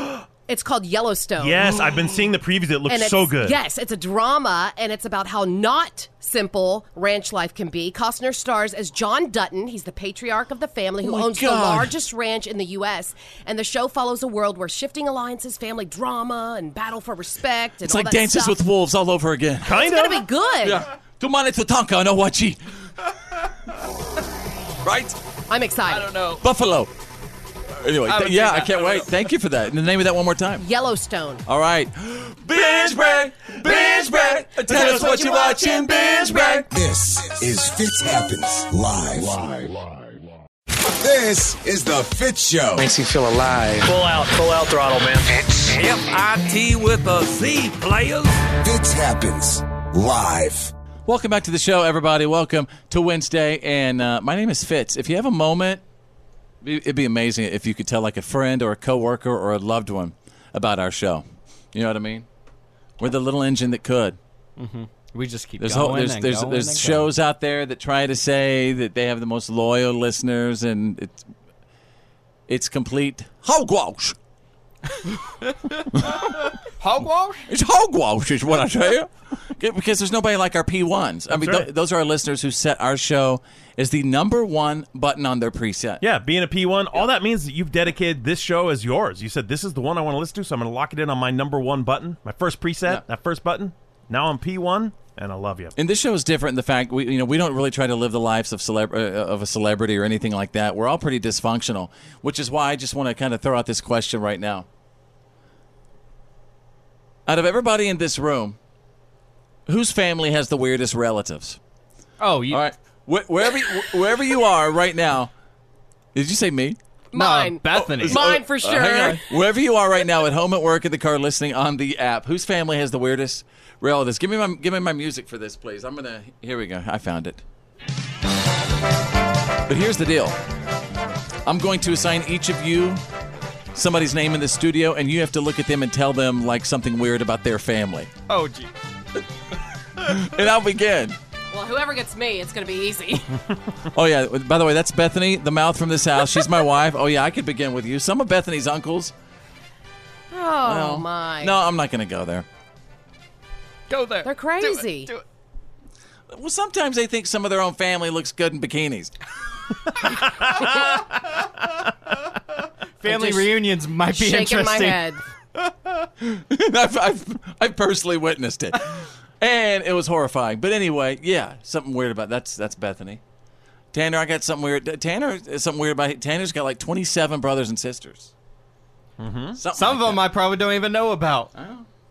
it's called Yellowstone. Yes, I've been seeing the previews. It And looks it's- so good. Yes, it's a drama, and it's about how not simple ranch life can be. Costner stars as John Dutton. He's the patriarch of the family who Oh my owns the God. largest ranch in the U.S. And the show follows a world where shifting alliances, family drama, and battle for respect. And It's all like that Dances stuff. with Wolves all over again. It's gonna be good. Yeah. Tumane Tutanka no Wachi. right? I'm excited. I don't know. Buffalo. Anyway, I th- would yeah, say I that. can't wait. Thank you for that. And the name of that one more time. Yellowstone. All right. Binge break. Binge break. Tell us what you're watching. Binge break. This is Fitz Happens Live. This is The Fit Show. Makes you feel alive. Full out, full out throttle, man. It's F I T with a Z, players. Fitz Happens Live. Welcome back to the show, everybody. Welcome to Wednesday. And uh, my name is Fitz. If you have a moment, it'd be amazing if you could tell like a friend or a coworker or a loved one about our show. You know what I mean? We're the little engine that could. Mm-hmm. We just keep There's going. whole, there's and there's, going there's and shows out there that try to say that they have the most loyal listeners, and it's it's complete hogwash. Hogwash? It's hogwash, is what I tell you. Okay, Because there's nobody like our P1s. I mean, That's tho- those are our listeners who set our show as the number one button on their preset. Yeah, being a P1, all that means that you've dedicated this show as yours. You said, this is the one I want to listen to, so I'm going to lock it in on my number one button, my first preset, that first button. Now I'm P1, and I love you. And this show is different in the fact we, you know, we don't really try to live the lives of celeb- uh, of a celebrity or anything like that. We're all pretty dysfunctional, which is why I just want to kind of throw out this question right now. Out of everybody in this room, whose family has the weirdest relatives? Oh, you, all right. Wh- wherever you- wherever you are right now, did you say me? Mine. Bethany. Oh, Mine for uh, hang on. sure. Wherever you are right now, at home, at work, in the car, listening on the app, whose family has the weirdest relatives? Give me my give me my music for this, please. I'm gonna. Here we go. I found it. But here's the deal. I'm going to assign each of you somebody's name in the studio, and you have to look at them and tell them like something weird about their family. Oh, gee. And I'll begin. Well, whoever gets me, it's going to be easy. Oh yeah. By the way, that's Bethany, the mouth from this house. She's my wife. Oh yeah, I could begin with you. Some of Bethany's uncles. oh, Well, my. No, I'm not going to go there. Go there. They're crazy. Well, sometimes they think some of their own family looks good in bikinis. Family reunions might be shaking interesting. my head. I've, I've, I've personally witnessed it, and it was horrifying. But anyway, yeah, something weird about that's that's Bethany. Tanner, I got something weird. Tanner, is something weird about Tanner's got like 27 brothers and sisters. Mm-hmm. Some of them I probably don't even know about.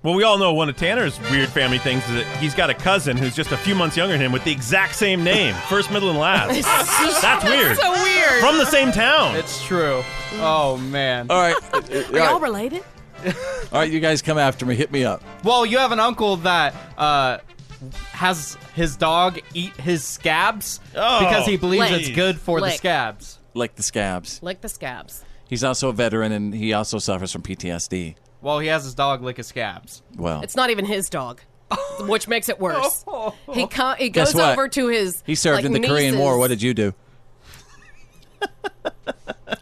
Well, we all know one of Tanner's weird family things is that he's got a cousin who's just a few months younger than him with the exact same name, first, middle, and last. That's weird. so weird. From the same town. It's true. Mm. Oh man. All right. Are y'all related? All right, you guys come after me. Hit me up. Well, you have an uncle that uh, has his dog eat his scabs Oh, because he believes Lick. it's good for the Lick. scabs. Like the scabs. Lick the scabs. He's also a veteran, and he also suffers from PTSD. Well, he has his dog lick his scabs. Well, It's not even his dog, which makes it worse. Oh. He co- he Guess goes what? over to his. he served like, in the Korean niece's- War. What did you do?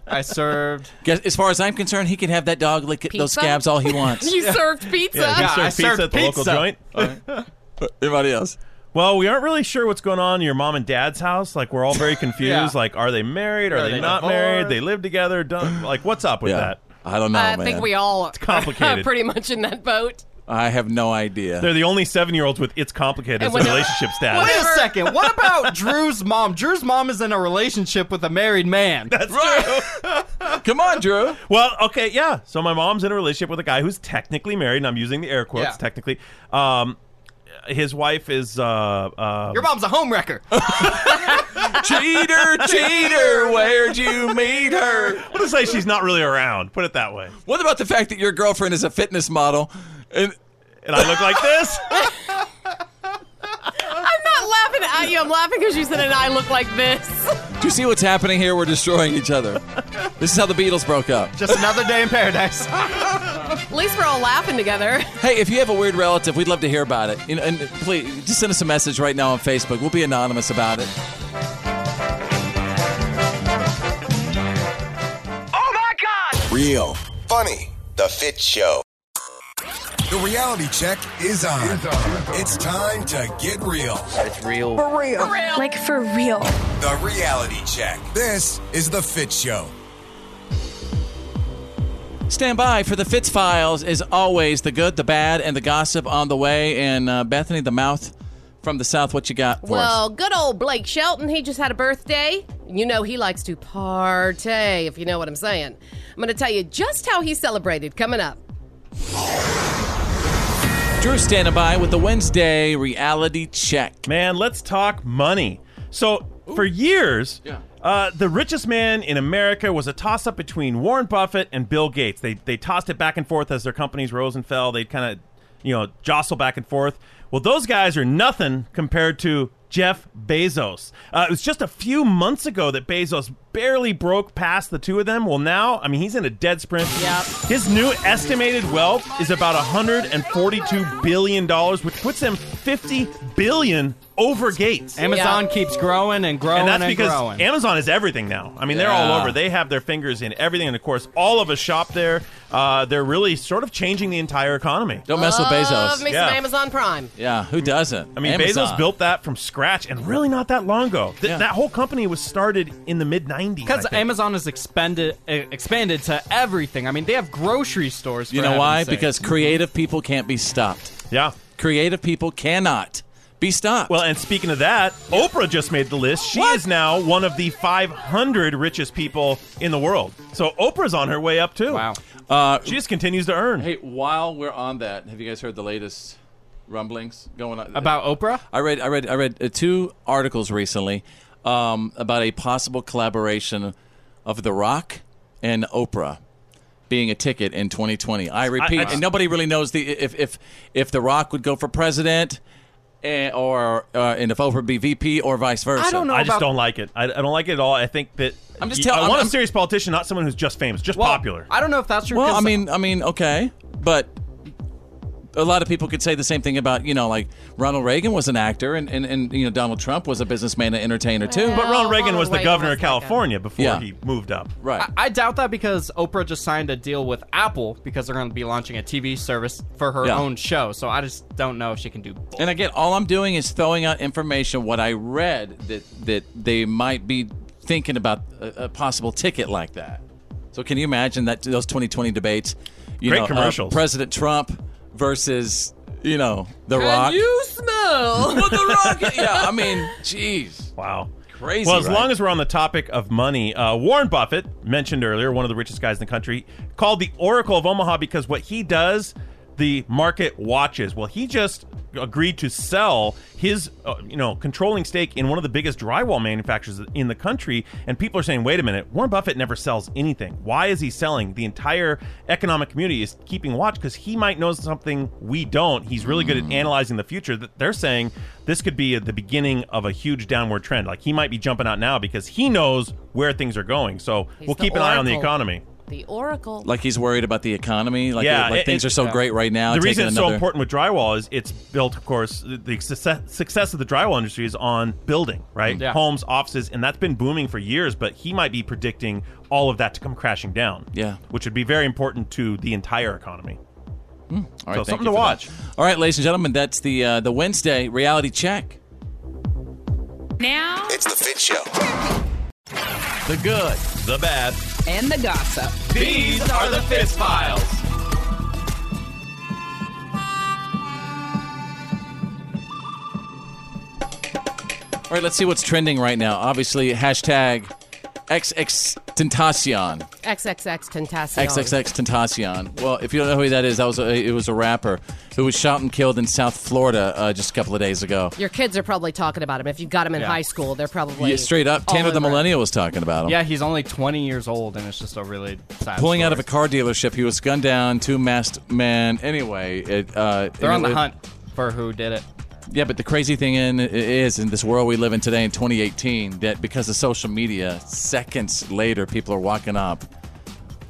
I served. Guess, as far as I'm concerned, he can have that dog lick those Pizza? scabs all he wants. You served pizza. Yeah, you serve I pizza served at the local pizza. joint. Anybody else? Well, we aren't really sure what's going on in your mom and dad's house. Like, we're all very confused. Yeah. Like, are they married? Are, Are they, they not married? They live together? Don't, like, what's up with Yeah. that? I don't know, I think we all it's complicated. are pretty much in that boat. I have no idea. They're the only seven-year-olds with "it's complicated" And as a whenever- relationship status. Wait a second. What about Drew's mom? Drew's mom is in a relationship with a married man. That's right. Come on, Drew. Well, okay, yeah. So my mom's in a relationship with a guy who's technically married, and I'm using the air quotes Yeah. technically. Um, his wife is uh, uh, Your mom's a homewrecker. cheater, cheater, where'd you meet her? Let's say she's not really around. Put it that way. What about the fact that your girlfriend is a fitness model? And, and I look like this. I'm not laughing at you. I'm laughing because you said, and I look like this. Do you see what's happening here? We're destroying each other. This is how the Beatles broke up. Just another day in paradise. At least we're all laughing together. Hey, if you have a weird relative, we'd love to hear about it. And, and please, just send us a message right now on Facebook. We'll be anonymous about it. Real. Funny. The Fit Show. The reality check is on. It's, time to get real. It's real. For real. Like for real. The reality check. This is The Fit Show. Stand by for the Fitz Files. As always, the good, the bad, and the gossip on the way. And uh, Bethany, the mouth from the South, what you got for us? Well, good old Blake Shelton, he just had a birthday. You know he likes to party, if you know what I'm saying. I'm going to tell you just how he celebrated coming up. Drew standing by with the Wednesday reality check. Man, let's talk money. So for years, uh, the richest man in America was a toss-up between Warren Buffett and Bill Gates. They they tossed it back and forth as their companies rose and fell. They kind of you know, jostle back and forth. Well, those guys are nothing compared to Jeff Bezos. Uh, it was just a few months ago that Bezos barely broke past the two of them. Well, now, I mean, he's in a dead sprint. Yep. His new estimated wealth is about 142 billion dollars, which puts him 50 billion over Gates. Amazon Yeah. keeps growing and growing and that's and because growing. Amazon is everything now. I mean, they're all Yeah. over. They have their fingers in everything, and of course, all of us shop there. Uh, they're really sort of changing the entire economy. Don't mess Oh, with Love me Bezos. some Amazon Prime. Yeah, who doesn't? I mean, Amazon. Bezos built that from scratch, and really not that long ago. Th- Yeah. That whole company was started in the mid '90s. Because Amazon has expanded uh, expanded to everything. I mean, they have grocery stores. You for know heaven's why? sake. Because creative people can't be stopped. Yeah. Creative people cannot be stopped. Well, and speaking of that, Oprah just made the list. She is now one of the 500 richest people in the world. So Oprah's on her way up too. Wow. Uh, she just continues to earn. Hey, while we're on that, have you guys heard the latest rumblings going on About Oprah? I read, I read, I read uh, two articles recently um, about a possible collaboration of The Rock and Oprah being a ticket in 2020. I repeat, I- and nobody really knows the if if if The Rock would go for president. eh, Or uh, and if Oprah be VP or vice versa, I just don't like it. I, I don't like it at all. I think that I'm just y- tell- I I'm- want I'm- a serious politician, not someone who's just famous, just popular. I don't know if that's your. Well, I mean, I mean, okay, but a lot of people could say the same thing about you know, like Ronald Reagan was an actor, and and, and you know, Donald Trump was a businessman and entertainer too. but Ronald Reagan was the governor uh, of California before Yeah. he moved up. Right. I, I doubt that because Oprah just signed a deal with Apple because they're going to be launching a TV service for her Yeah. own show. So I just don't know if she can do. both. And again, all I'm doing is throwing out information. What I read that that they might be thinking about a, a possible ticket like that. So can you imagine that those 2020 debates? You Great know, uh, commercials. President Trump versus you know the Can Rock. you smell what the Rock? yeah, I mean, jeez, wow, crazy. Well, as right? long as we're on the topic of money, uh, Warren Buffett, mentioned earlier, one of the richest guys in the country, called the Oracle of Omaha because what he does, the market watches. Well, he just agreed to sell his, uh, you know, controlling stake in one of the biggest drywall manufacturers in the country, and people are saying, "Wait a minute, Warren Buffett never sells anything. Why is he selling?" The entire economic community is keeping watch because he might know something we don't. He's really Hmm. good at analyzing the future. That They're saying this could be at the beginning of a huge downward trend. Like he might be jumping out now because he knows where things are going. So He's we'll the keep an eye on the oracle. economy. The Oracle. like he's worried about the economy. Like, yeah, like it- things it- are so yeah. great right now. The taking reason it's so another- important with drywall is it's built, of course, the- the success, success of the drywall industry is on building, right? Mm-hmm. Mm. Yeah. Homes, offices, and that's been booming for years. But he might be predicting all of that to come crashing down. Yeah. which would be very important to the entire economy. All So right, thank something you to for watch. that. All right, ladies and gentlemen, that's the uh, the Wednesday reality check. Now It's the Fit Show. The good, the bad. and the gossip. These are the Fist Files. All right, let's see what's trending right now. Obviously, hashtag XXXTentacion. XXX Tentacion. XXXTentacion. Well, if you don't know who that is, that was a, it was a rapper who was shot and killed in South Florida uh, just a couple of days ago. Your kids are probably talking about him. If you got him in Yeah. high school, they're probably Yeah, straight up, Tanner all the over it. Millennial was talking about him. Yeah, he's only 20 years old, and it's just a really sad. Pulling out story. of a car dealership, he was gunned down, two masked men. Anyway, it, uh, They're on the it- hunt for who did it. Yeah, but the crazy thing in, is in this world we live in today in 2018 that because of social media, seconds later people are walking up,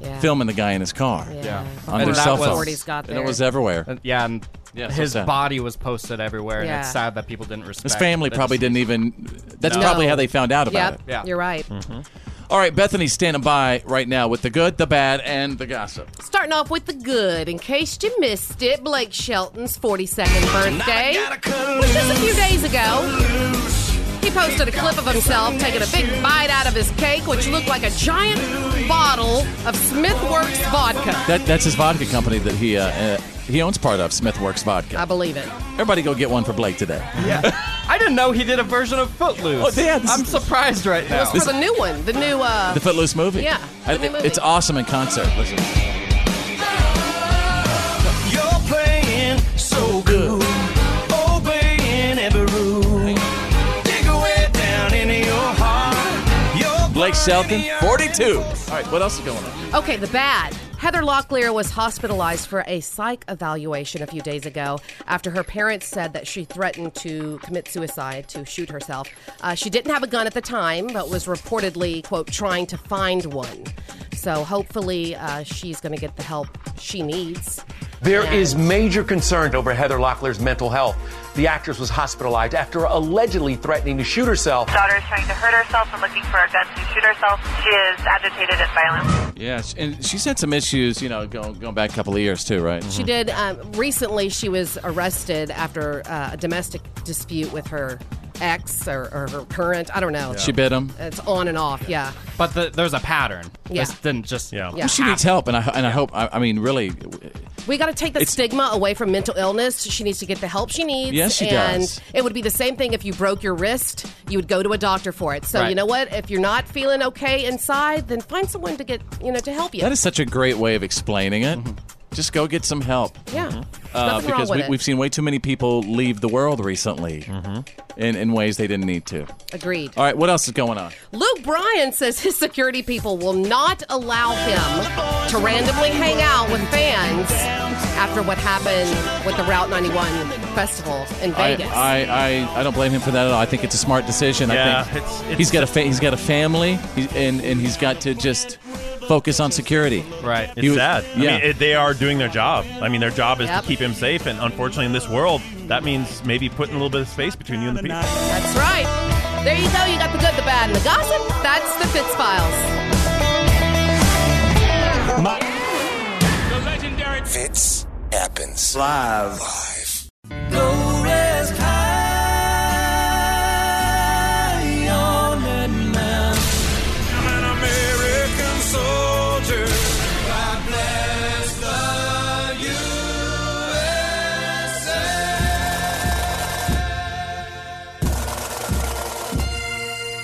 Yeah. filming the guy in his car, Yeah. on And their that cell was- phone, Authorities got and it there. was everywhere. And- Uh, yeah, and Yeah, so his sad. body was posted everywhere, Yeah. and it's sad that people didn't respect. His family it. probably didn't even. That's No. probably how they found out about yep. it. You're right. Mm-hmm. All right, Bethany's standing by right now with the good, the bad, and the gossip. Starting off with the good, in case you missed it, Blake Shelton's 42nd birthday was just a few days ago. He posted a clip of himself taking a big bite out of his cake, which looked like a giant bottle of Smithworks vodka. That that's his vodka company that he uh, uh, he owns part of, Smithworks Vodka. I believe it. Everybody go get one for Blake today. I didn't know he did a version of Footloose. Oh, yeah, this I'm is- surprised right now. It was Oh, for the new one, the new. Uh, The Footloose movie. Yeah, I- the new movie. it's awesome in concert. Listen. You're playing Oh, so good, obeying every rule. Dig away down into your heart. Blake Shelton, 42. All right, what else is going on? Okay, the bad. Heather Locklear was hospitalized for a psych evaluation a few days ago after her parents said that she threatened to commit suicide, to shoot herself. Uh, she didn't have a gun at the time, but was reportedly, quote, trying to find one. So hopefully uh, she's going to get the help she needs. There is major concern over Heather Locklear's mental health. The actress was hospitalized after allegedly threatening to shoot herself. Daughter is trying to hurt herself and looking for a gun to shoot herself. She is agitated and violent. Yeah, sh- and she's had some issues, you know, going, going back a couple of years too, right? She did. Um, recently, she was arrested after uh, a domestic dispute with her ex or, or her current. I don't know. She bit him. It's on and off, yeah. But the, there's a pattern. Yeah. This didn't just. Yeah. Well, she needs help, and I and I hope. I, I mean, really, We got to take the stigma away from mental illness. She needs to get the help she needs. Yes, she and does. it would be the same thing if you broke your wrist. You would go to a doctor for it. So Right. you know what? If you're not feeling okay inside, then find someone to get you know to help you. that is such a great way of explaining it. Just go get some help. yeah. There's Uh, nothing wrong because with we, it. we've seen way too many people leave the world recently in, in ways they didn't need to. Agreed. All right, what else is going on? Luke Bryan says his security people will not allow him to randomly hang out with fans after what happened with the Route 91 festival in I, Vegas. I, I, I don't blame him for that at all. I think it's a smart decision. Yeah, I think it's- it's- he's got a fa- he's got a family, he- and and he's got to just focus on security. Right. It's He was- sad. yeah. I mean, it, they are doing their job. I mean, their job is Yep. to keep him safe, and unfortunately, in this world, that means maybe putting a little bit of space between you and the people. That's right. There you go. You got the good, the bad, and the gossip. That's the Fitz Files. The legendary Fitz happens live. Live. I'm an American soldier. God bless the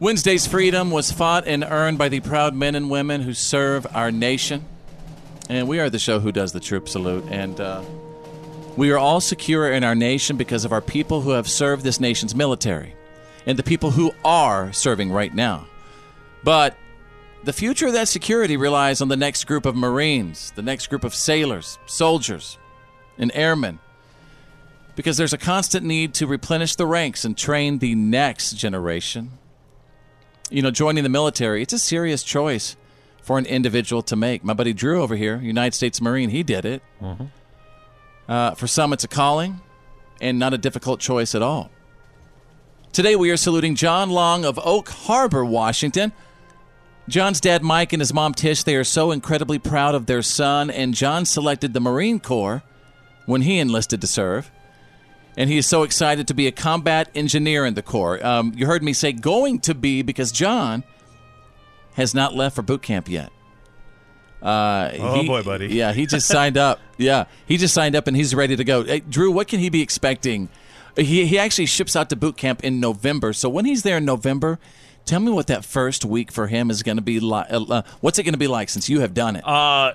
Wednesday's freedom was fought and earned by the proud men and women who serve our nation. And we are the show who does the troop salute. And uh, we are all secure in our nation because of our people who have served this nation's military and the people who are serving right now. But the future of that security relies on the next group of Marines, the next group of sailors, soldiers, and airmen because there's a constant need to replenish the ranks and train the next generation. You know, joining the military, it's a serious choice for an individual to make. My buddy Drew over here, United States Marine, he did it. Uh, for some, it's a calling and not a difficult choice at all. Today, we are saluting John Long of Oak Harbor, Washington. John's dad, Mike, and his mom, Tish, they are so incredibly proud of their son, and John selected the Marine Corps when he enlisted to serve. And he is so excited to be a combat engineer in the Corps. Um, you heard me say going to be because John has not left for boot camp yet. Uh, Oh, he- boy, buddy. Yeah, he just signed up. Yeah, he just signed up and he's ready to go. Hey, Drew, what can he be expecting? He, he actually ships out to boot camp in November. So when he's there in November, tell me what that first week for him is going to be like. Uh, uh, what's it going to be like since you have done it? Uh,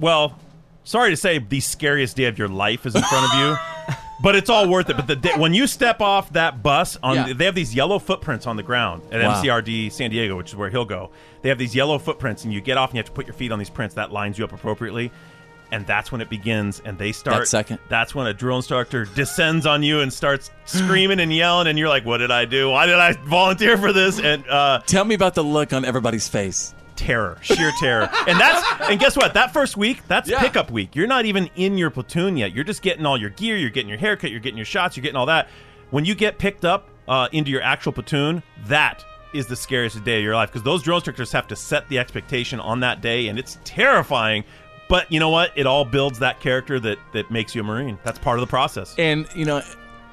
well, sorry to say, the scariest day of your life is in front of you, but it's all worth it. But the day, when you step off that bus, on Yeah. they have these yellow footprints on the ground at Wow. MCRD San Diego, which is where he'll go. They have these yellow footprints, and you get off and you have to put your feet on these prints. That lines you up appropriately. And that's when it begins, and they start. That second. That's when a drill instructor descends on you and starts screaming and yelling, and you're like, "What did I do? Why did I volunteer for this?" And uh, tell me about the look on everybody's face. terror, sheer terror. and that's and guess what? That first week, that's pickup week. You're not even in your platoon yet. You're just getting all your gear, you're getting your haircut, you're getting your shots, you're getting all that. When you get picked up uh, into your actual platoon, that is the scariest day of your life because those drill instructors have to set the expectation on that day, and it's terrifying. But you know what? It all builds that character that that makes you a marine. That's part of the process. And you know,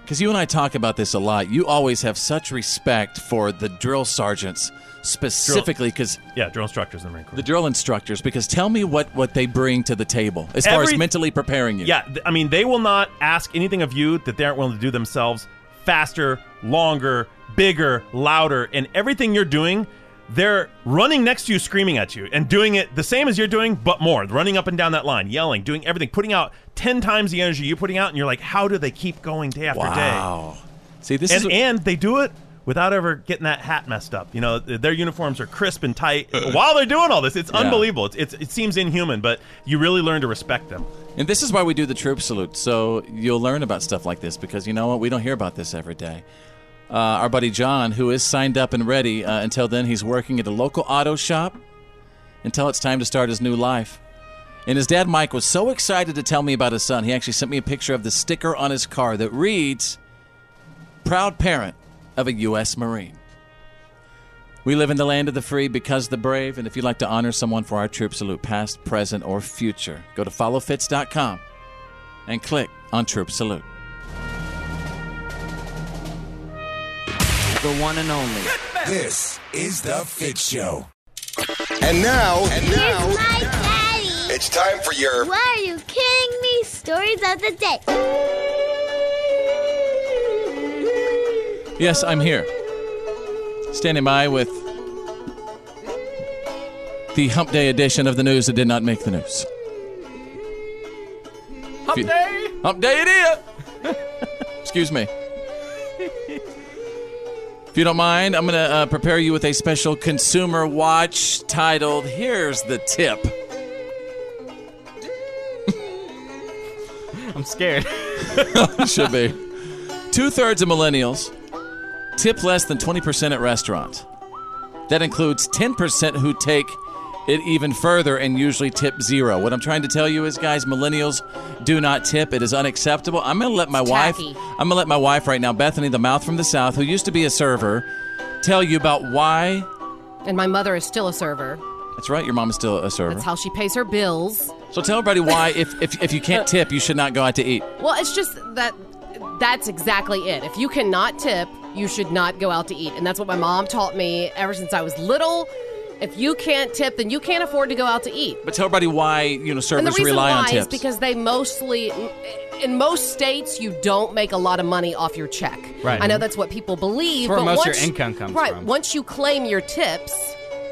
Because you and I talk about this a lot. You always have such respect for the drill sergeants, specifically because yeah, drill instructors in the Marine Corps. the drill instructors. Because tell me what what they bring to the table as far as Every- mentally preparing you. Yeah, th- I mean, they will not ask anything of you that they aren't willing to do themselves faster, longer, bigger, louder, and everything you're doing. They're running next to you, screaming at you, and doing it the same as you're doing, but more. Running up and down that line, yelling, doing everything, putting out 10 times the energy you're putting out, and you're like, how do they keep going day after day? Wow. See, this and, is- and they do it without ever getting that hat messed up. You know, th- their uniforms are crisp and tight while they're doing all this. It's Yeah. unbelievable. It's, it's, it seems inhuman, but you really learn to respect them. And this is why we do the troop salute. So you'll learn about stuff like this because you know what? We don't hear about this every day. Uh, our buddy John, who is signed up and ready, uh, until then, he's working at a local auto shop until it's time to start his new life. And his dad, Mike, was so excited to tell me about his son. He actually sent me a picture of the sticker on his car that reads, Proud parent of a U.S. Marine. We live in the land of the free because the brave, and if you'd like to honor someone for our troop salute, past, present, or future, go to followfits.com and click on troop salute. The one and only. This is the Fit Show. And now, and now, it's time for your Why are you kidding me? Stories of the day. Yes, I'm here. Standing by with the hump day edition of the news that did not make the news. Hump day! Hump day it is! Excuse me. If you don't mind, I'm going to uh, prepare you with a special consumer watch titled Here's the Tip. I'm scared. Should be. Two thirds of millennials tip less than 20% at restaurants. That includes 10% who take it even further and usually tip zero. What I'm trying to tell you is, guys, millennials do not tip. It is unacceptable. I'm going to let my wife, tacky. I'm going to let my wife right now, Bethany, the mouth from the South, who used to be a server, tell you about why. And my mother is still a server. That's right, your mom is still a server. That's how she pays her bills. so tell everybody why, if, if, if you can't tip, you should not go out to eat. Well, it's just that that's exactly it. If you cannot tip, you should not go out to eat. And that's what my mom taught me ever since I was little. If you can't tip, then you can't afford to go out to eat. But tell everybody why, you know, and the servers reason rely why on tips. is because they mostly, in most states, you don't make a lot of money off your check. Right. I know that's what people believe. It's where but most of your once, income comes right, from. Once you claim your tips,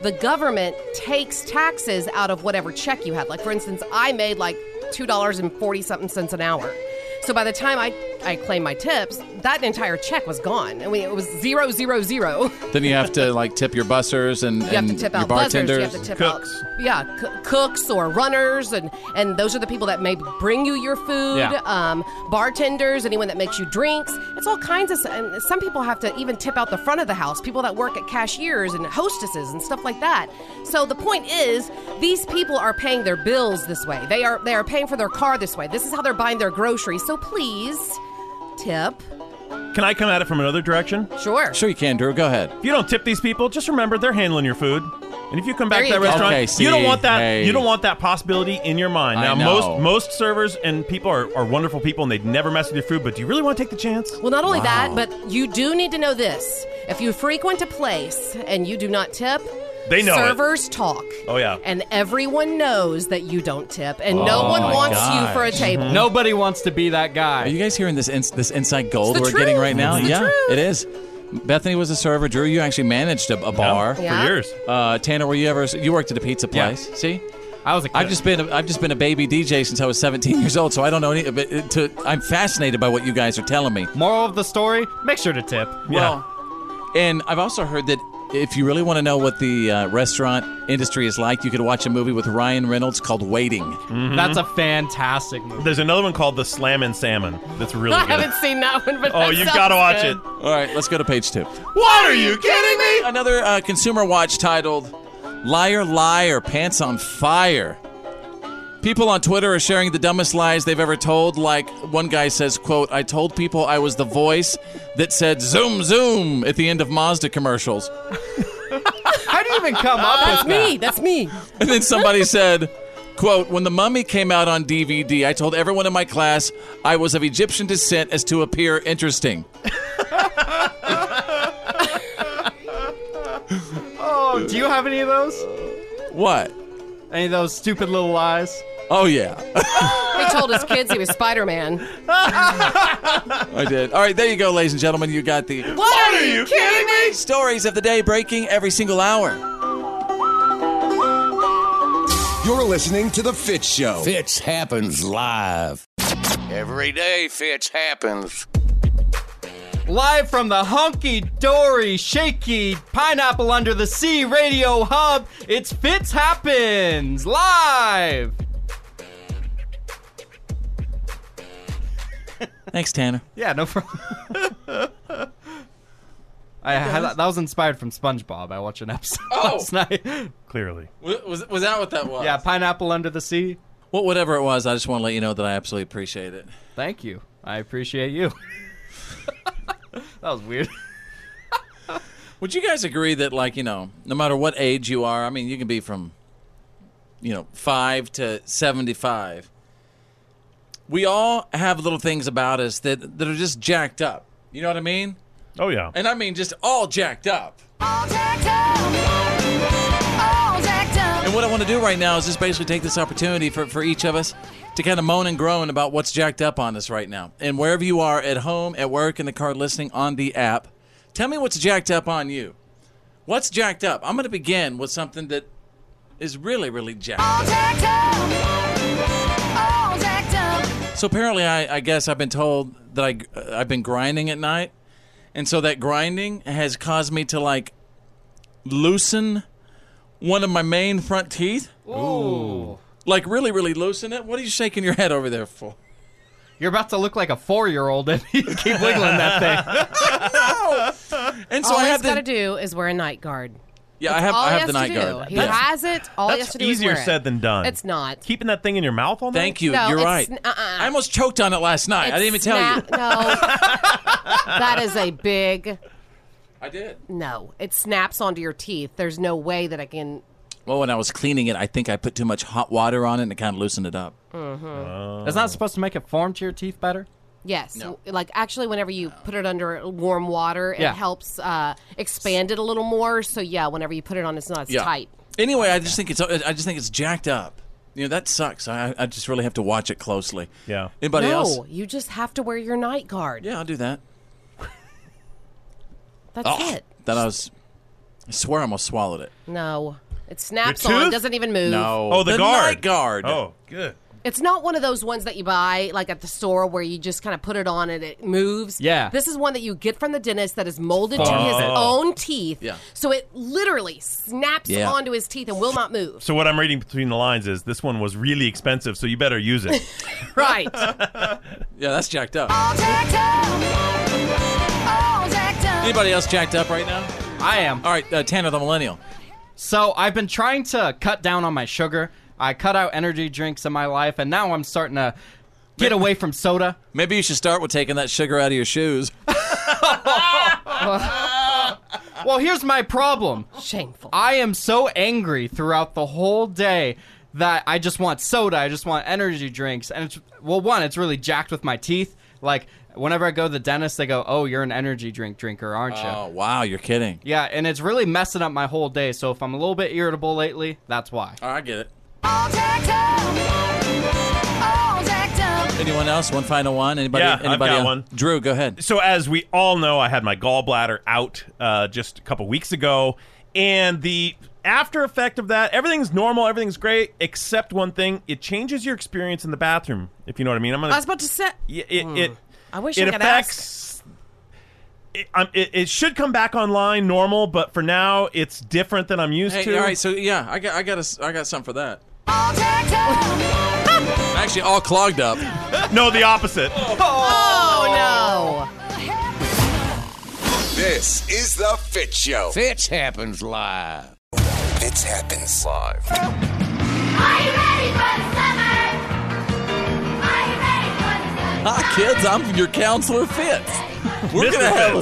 the government takes taxes out of whatever check you had. Like for instance, I made like two dollars and forty something cents an hour. So by the time I I claimed my tips, that entire check was gone. I mean, it was zero zero zero. Then you have to like tip your bussers and, You have and to tip your out buzzers. You bartenders, have to tip out, yeah, c- cooks or runners, and and those are the people that may bring you your food. Yeah. Um, bartenders, anyone that makes you drinks. It's all kinds of. s- And some people have to even tip out the front of the house. People that work at cashiers and hostesses and stuff like that. So the point is, these people are paying their bills this way. They are they are paying for their car this way. This is how they're buying their groceries. So please, tip. Can I come at it from another direction? Sure. Sure, you can, Drew. Go ahead. If you don't tip these people, just remember they're handling your food. And if you come back There to that you go. restaurant, Okay, you don't see, want that. hey. You don't want that possibility in your mind. I Now, know. most most servers and people are, are wonderful people, and they'd never mess with your food. But do you really want to take the chance? Well, not only Wow. that, but you do need to know this. If you frequent a place and you do not tip, They know it. servers talk. Oh yeah. And everyone knows that you don't tip, and no Oh one my wants you gosh. for a table. Nobody wants to be that guy. Are you guys hearing this ins- this inside gold It's we're the getting truth. right now? It's the yeah, it is. Bethany was a server. Drew, you actually managed a, a bar for Yeah. years. Uh, Tanner, were you ever? You worked at a pizza Yeah. place. See, I was. A I've just been a, I've just been a baby DJ since I was 17 years old. So I don't know any. But it- to, I'm fascinated by what you guys are telling me. Moral of the story: Make sure to tip. Well, and I've also heard that if you really want to know what the uh, restaurant industry is like, you could watch a movie with Ryan Reynolds called Waiting. That's a fantastic movie. There's another one called The Slam and Salmon. That's really I good. haven't seen that one, but Oh, that you've sounds got to watch good. it. All right, let's go to page two. What are you kidding me? Another uh, consumer watch titled Liar, Liar, Pants on Fire. People on Twitter are sharing the dumbest lies they've ever told. Like one guy says, quote, I told people I was the voice that said zoom zoom at the end of Mazda commercials. How do you even come up That's Uh, with that? me. That's me. And then somebody said, Quote, when The Mummy came out on DVD, I told everyone in my class I was of Egyptian descent as to appear interesting. Oh, do you have any of those? What? Any of those stupid little lies? Oh, yeah. He told his kids he was Spider Man. I did. All right, there you go, ladies and gentlemen. You got the What are you kidding me? stories of the day breaking every single hour. You're listening to The Fit Show. Fitz happens live. Every day, Fitz happens. Live from the hunky dory, shaky pineapple under the sea radio hub, it's Fitz Happens Live! Thanks, Tanner. Yeah, no problem. I, I- that was inspired from SpongeBob. I watched an episode last night. Clearly. Was, was that what that was? Yeah, pineapple under the sea. Well, whatever it was, I just want to let you know that I absolutely appreciate it. Thank you. I appreciate you. that was weird. Would you guys agree that, like, you know, no matter what age you are, I mean, you can be from, you know, five to 75, we all have little things about us that, that are just jacked up. You know what I mean? Oh, yeah. And I mean, just all jacked up. And what I want to do right now is just basically take this opportunity for, for each of us to kind of moan and groan about what's jacked up on us right now. And wherever you are, at home, at work, in the car, listening on the app, tell me what's jacked up on you. What's jacked up? I'm going to begin with something that is really, really jacked up. So apparently, I, I guess I've been told that I uh, I've been grinding at night, and so that grinding has caused me to like loosen one of my main front teeth. Ooh. Like really, really loosen it. What are you shaking your head over there for? You're about to look like a four year old if you keep wiggling that thing. And all so I he's have got the to do is wear a night guard. yeah, That's I have all I he have has the to night do. guard. He has it. All he has That's to do is easier wear it. said than done. It's not. Keeping that thing in your mouth all night. Thank you. No, You're it's right. n- uh-uh. I almost choked on it last night. I didn't even tell you. no, that is a big I did. no. It snaps onto your teeth. There's no way that I can. Well, when I was cleaning it, I think I put too much hot water on it and it kind of loosened it up. It's not supposed to make it form to your teeth better? Yes, like actually, whenever you put it under warm water, it Yeah. helps uh, expand it a little more. So yeah, whenever you put it on, it's not as tight. Anyway, I just think it's I just think it's jacked up. You know that sucks. I, I just really have to watch it closely. Yeah. Anybody no, else? you just have to wear your night guard. Yeah, I'll do that. That's Oh, it. That I was. I swear, I almost swallowed it. No, it snaps on. Doesn't even move. No. night guard. Oh, good. It's not one of those ones that you buy like at the store where you just kind of put it on and it moves. Yeah. This is one that you get from the dentist that is molded to his Oh. own teeth. Yeah. So it literally snaps Yeah. onto his teeth and will not move. So what I'm reading between the lines is this one was really expensive, so you better use it. Right. Yeah, that's jacked up. Anybody else jacked up right now? I am. All right, uh, Tanner the Millennial. So I've been trying to cut down on my sugar. I cut out energy drinks in my life, and now I'm starting to get away from soda. Maybe you should start with taking that sugar out of your shoes. Well, here's my problem. Shameful. I am so angry throughout the whole day that I just want soda. I just want energy drinks. And it's, well, one, it's really jacked with my teeth. Like, whenever I go to the dentist, they go, Oh, you're an energy drink drinker, aren't you? Oh wow, you're kidding. Yeah, and it's really messing up my whole day. So if I'm a little bit irritable lately, that's why. All right, I get it. Anyone else? One final one. Anybody? Yeah, I've anybody got else? one. Drew, go ahead. So, as we all know, I had my gallbladder out uh, just a couple weeks ago, and the after effect of that, everything's normal, everything's great, except one thing: it changes your experience in the bathroom. If you know what I mean, I'm gonna. I was about to say. Yeah, it, Hmm. it, I wish it I could affects. It, um, it, it should come back online normal, but for now, it's different than I'm used Hey, to. all right. So yeah, I got I got a s I got something for that. Actually, all clogged up. no, the opposite. Oh, This is The Fit Show. Fitz happens live. Fits happens live. Hi, kids. I'm your counselor, Fitz. We're Mr. gonna have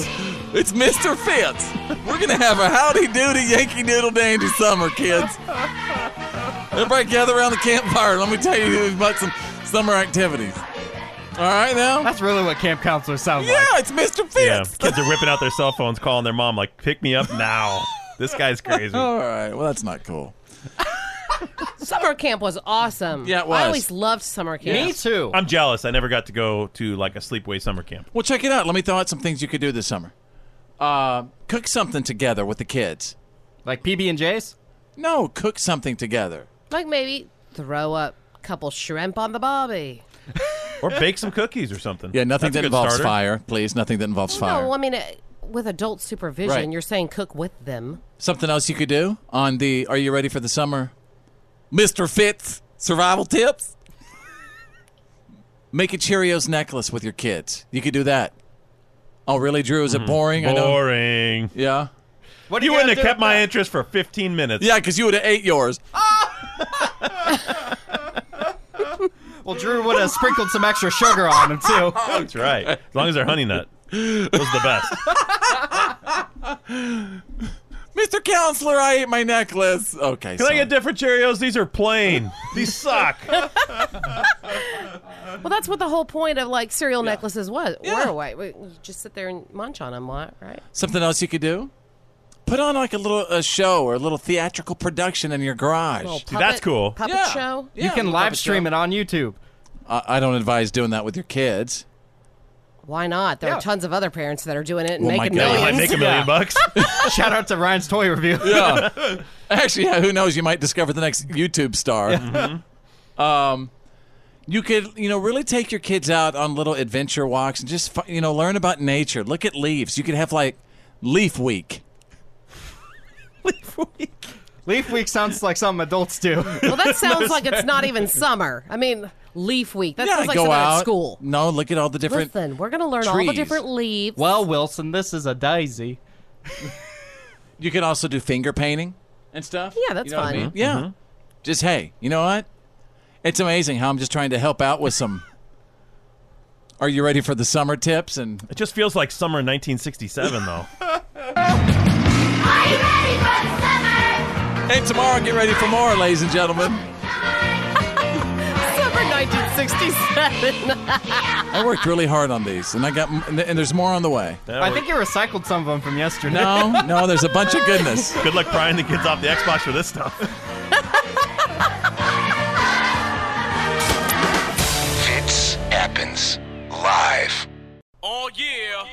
a, it's Mr. Fitz. We're gonna have a howdy doody Yankee Doodle Dandy summer, kids. Everybody gather around the campfire. Let me tell you about some summer activities. All right, now. That's really what camp counselors sound yeah, like. Yeah, it's Mr. Fitz. Yeah, kids are whipping out their cell phones, calling their mom, like, pick me up now. This guy's crazy. All right, well, that's not cool. summer camp was awesome. Yeah, it was. I always loved summer camp. Me too. I'm jealous. I never got to go to like a sleepaway summer camp. Well, check it out. Let me throw out some things you could do this summer. Uh, cook something together with the kids. Like PB and J's? No, cook something together. Like maybe throw a couple shrimp on the bobby. or bake some cookies or something. Yeah, nothing That's a that good involves starter. fire, please. Nothing that involves fire. No, I mean, uh, with adult supervision, Right. you're saying cook with them. Something else you could do on the Are You Ready for the Summer? Mr. Fitz survival tips. Make a Cheerios necklace with your kids. You could do that. Oh, really, Drew? Is it boring? I know. Mm-hmm. Boring. Yeah. What you, wouldn't have kept my hand. interest for 15 minutes. Yeah, because you would have ate yours. Well, Drew would have sprinkled some extra sugar on them too. That's right. As long as they're honey nut. Those are the best. Mr. Counselor, I ate my necklace. Okay. Can I sorry. get different Cheerios? These are plain. These suck. Well, that's what the whole point of like cereal necklaces was. Were why you just sit there and munch on them, right? Something else you could do? Put on like a little a show or a little theatrical production in your garage. Little Dude, that's puppet- cool. puppet show? You can live stream it on YouTube. I, I don't advise doing that with your kids. Why not? There Yeah. are tons of other parents that are doing it and Well, my making God. millions. Yeah, I make a million Yeah. bucks. Shout out to Ryan's toy review. Yeah. Actually, yeah, who knows? You might discover the next YouTube star. Um, you could, you know, really take your kids out on little adventure walks and just, fi- you know, learn about nature. Look at leaves. You could have like leaf week. Leaf Week sounds like something adults do. Well, that sounds like it's not even summer. I mean, leaf week. That sounds like go something out. at school. No, look at all the different. Listen, we're gonna learn all the trees. different leaves. Well, Wilson, this is a daisy. You could also do finger painting. and stuff. Yeah, You that's know what I fun. mean? Yeah. Just hey, you know what? It's amazing how I'm just trying to help out with some. Are you ready for the summer tips? And It just feels like summer 1967, though. hey, tomorrow get ready for more, ladies and gentlemen. Summer 1967. I worked really hard on these, and I got and there's more on the way. I think you recycled some of them from yesterday. No, no, there's a bunch of goodness. Good luck prying the kids off the Xbox for this stuff. Fits happens live. Oh yeah.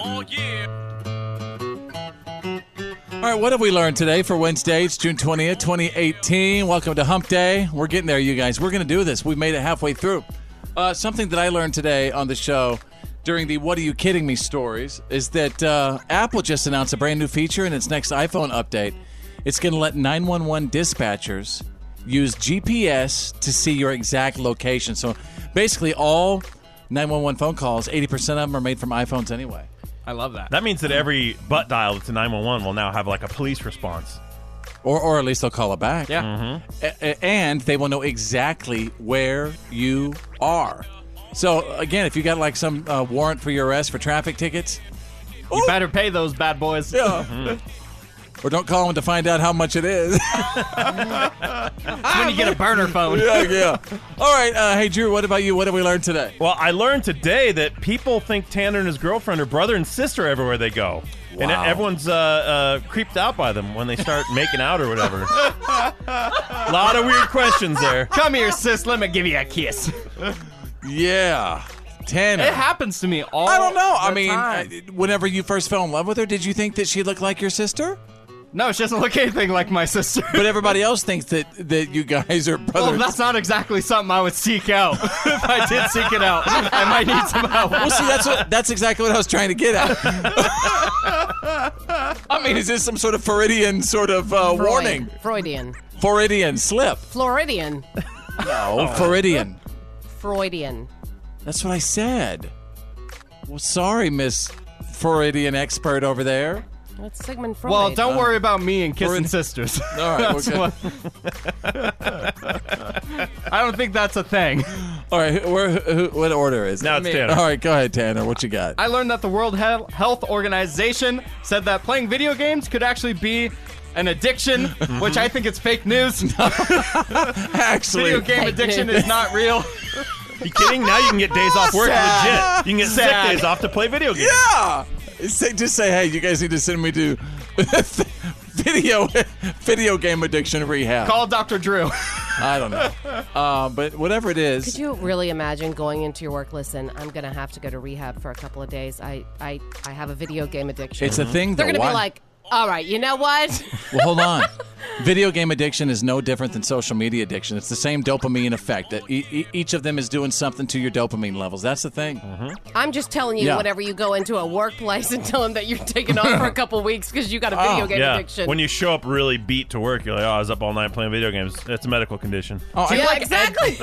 Oh yeah. All right, what have we learned today for Wednesday? It's June 20th, 2018. Welcome to Hump Day. We're getting there, you guys. We're going to do this. We've made it halfway through. Uh, something that I learned today on the show during the What Are You Kidding Me stories is that uh, Apple just announced a brand new feature in its next iPhone update. It's going to let 911 dispatchers use GPS to see your exact location. So basically, all 911 phone calls, 80% of them are made from iPhones anyway. I love that. That means that every butt dial that's a 911 will now have like a police response. Or, or at least they'll call it back. Yeah. A- a- and they will know exactly where you are. So again, if you got like some uh, warrant for your arrest for traffic tickets, You better pay those bad boys. Yeah. Mm-hmm. or don't call them to find out how much it is. when you get a burner phone. yeah, yeah. All right, uh, hey Drew, what about you? What have we learned today? Well, I learned today that people think Tanner and his girlfriend are brother and sister everywhere they go. And Wow. everyone's uh, uh, creeped out by them when they start making out or whatever. a lot of weird questions there. Come here, sis. Let me give you a kiss. Yeah, Tanner. It happens to me all. I don't know. I the mean, time. uh, whenever you first fell in love with her, did you think that she looked like your sister? no, she doesn't look anything like my sister. But everybody else thinks that that you guys are brothers. Well, that's not exactly something I would seek out. if I did seek it out, I might need some help. well, see, that's what that's exactly what I was trying to get at. I mean, is this some sort of Floridian sort of uh, Freud. warning? Freudian. Floridian slip? Floridian. Oh. No, Floridian. Freudian. That's what I said. Well, sorry, Miss Floridian expert over there. That's Sigmund Freud. Well, don't worry about me and We're kissing in- sisters. All right, That's we're good. what- I don't think that's a thing. All right, who, where, who, what order is Now it? it's Tanner. All right, go ahead, Tanner. What you got? I learned that the World Hel- Health Organization said that playing video games could actually be an addiction, which I think is fake news. actually, video game Fake addiction news. is not real. You kidding? Now you can get days off work legit. You can get sick days off to play video games. Yeah. Say, just say, hey, you guys need to send me to video video game addiction rehab. Call Dr. Drew. I don't know, uh, but whatever it is, Could you really imagine going into your work? Listen, I'm gonna have to go to rehab for a couple of days. I, I, I have a video game addiction. It's a thing They're that gonna why- be like, all right, you know what? Well, hold on. Video game addiction is no different than social media addiction. It's the same dopamine effect. E- e- each of them is doing something to your dopamine levels. That's the thing. Uh-huh. I'm just telling you, Yeah. whenever you go into a workplace and tell them that you're taking off for a couple weeks because you got a Oh, video game yeah. addiction. When you show up really beat to work, you're like, oh, I was up all night playing video games. That's a medical condition. Oh, yeah, exactly.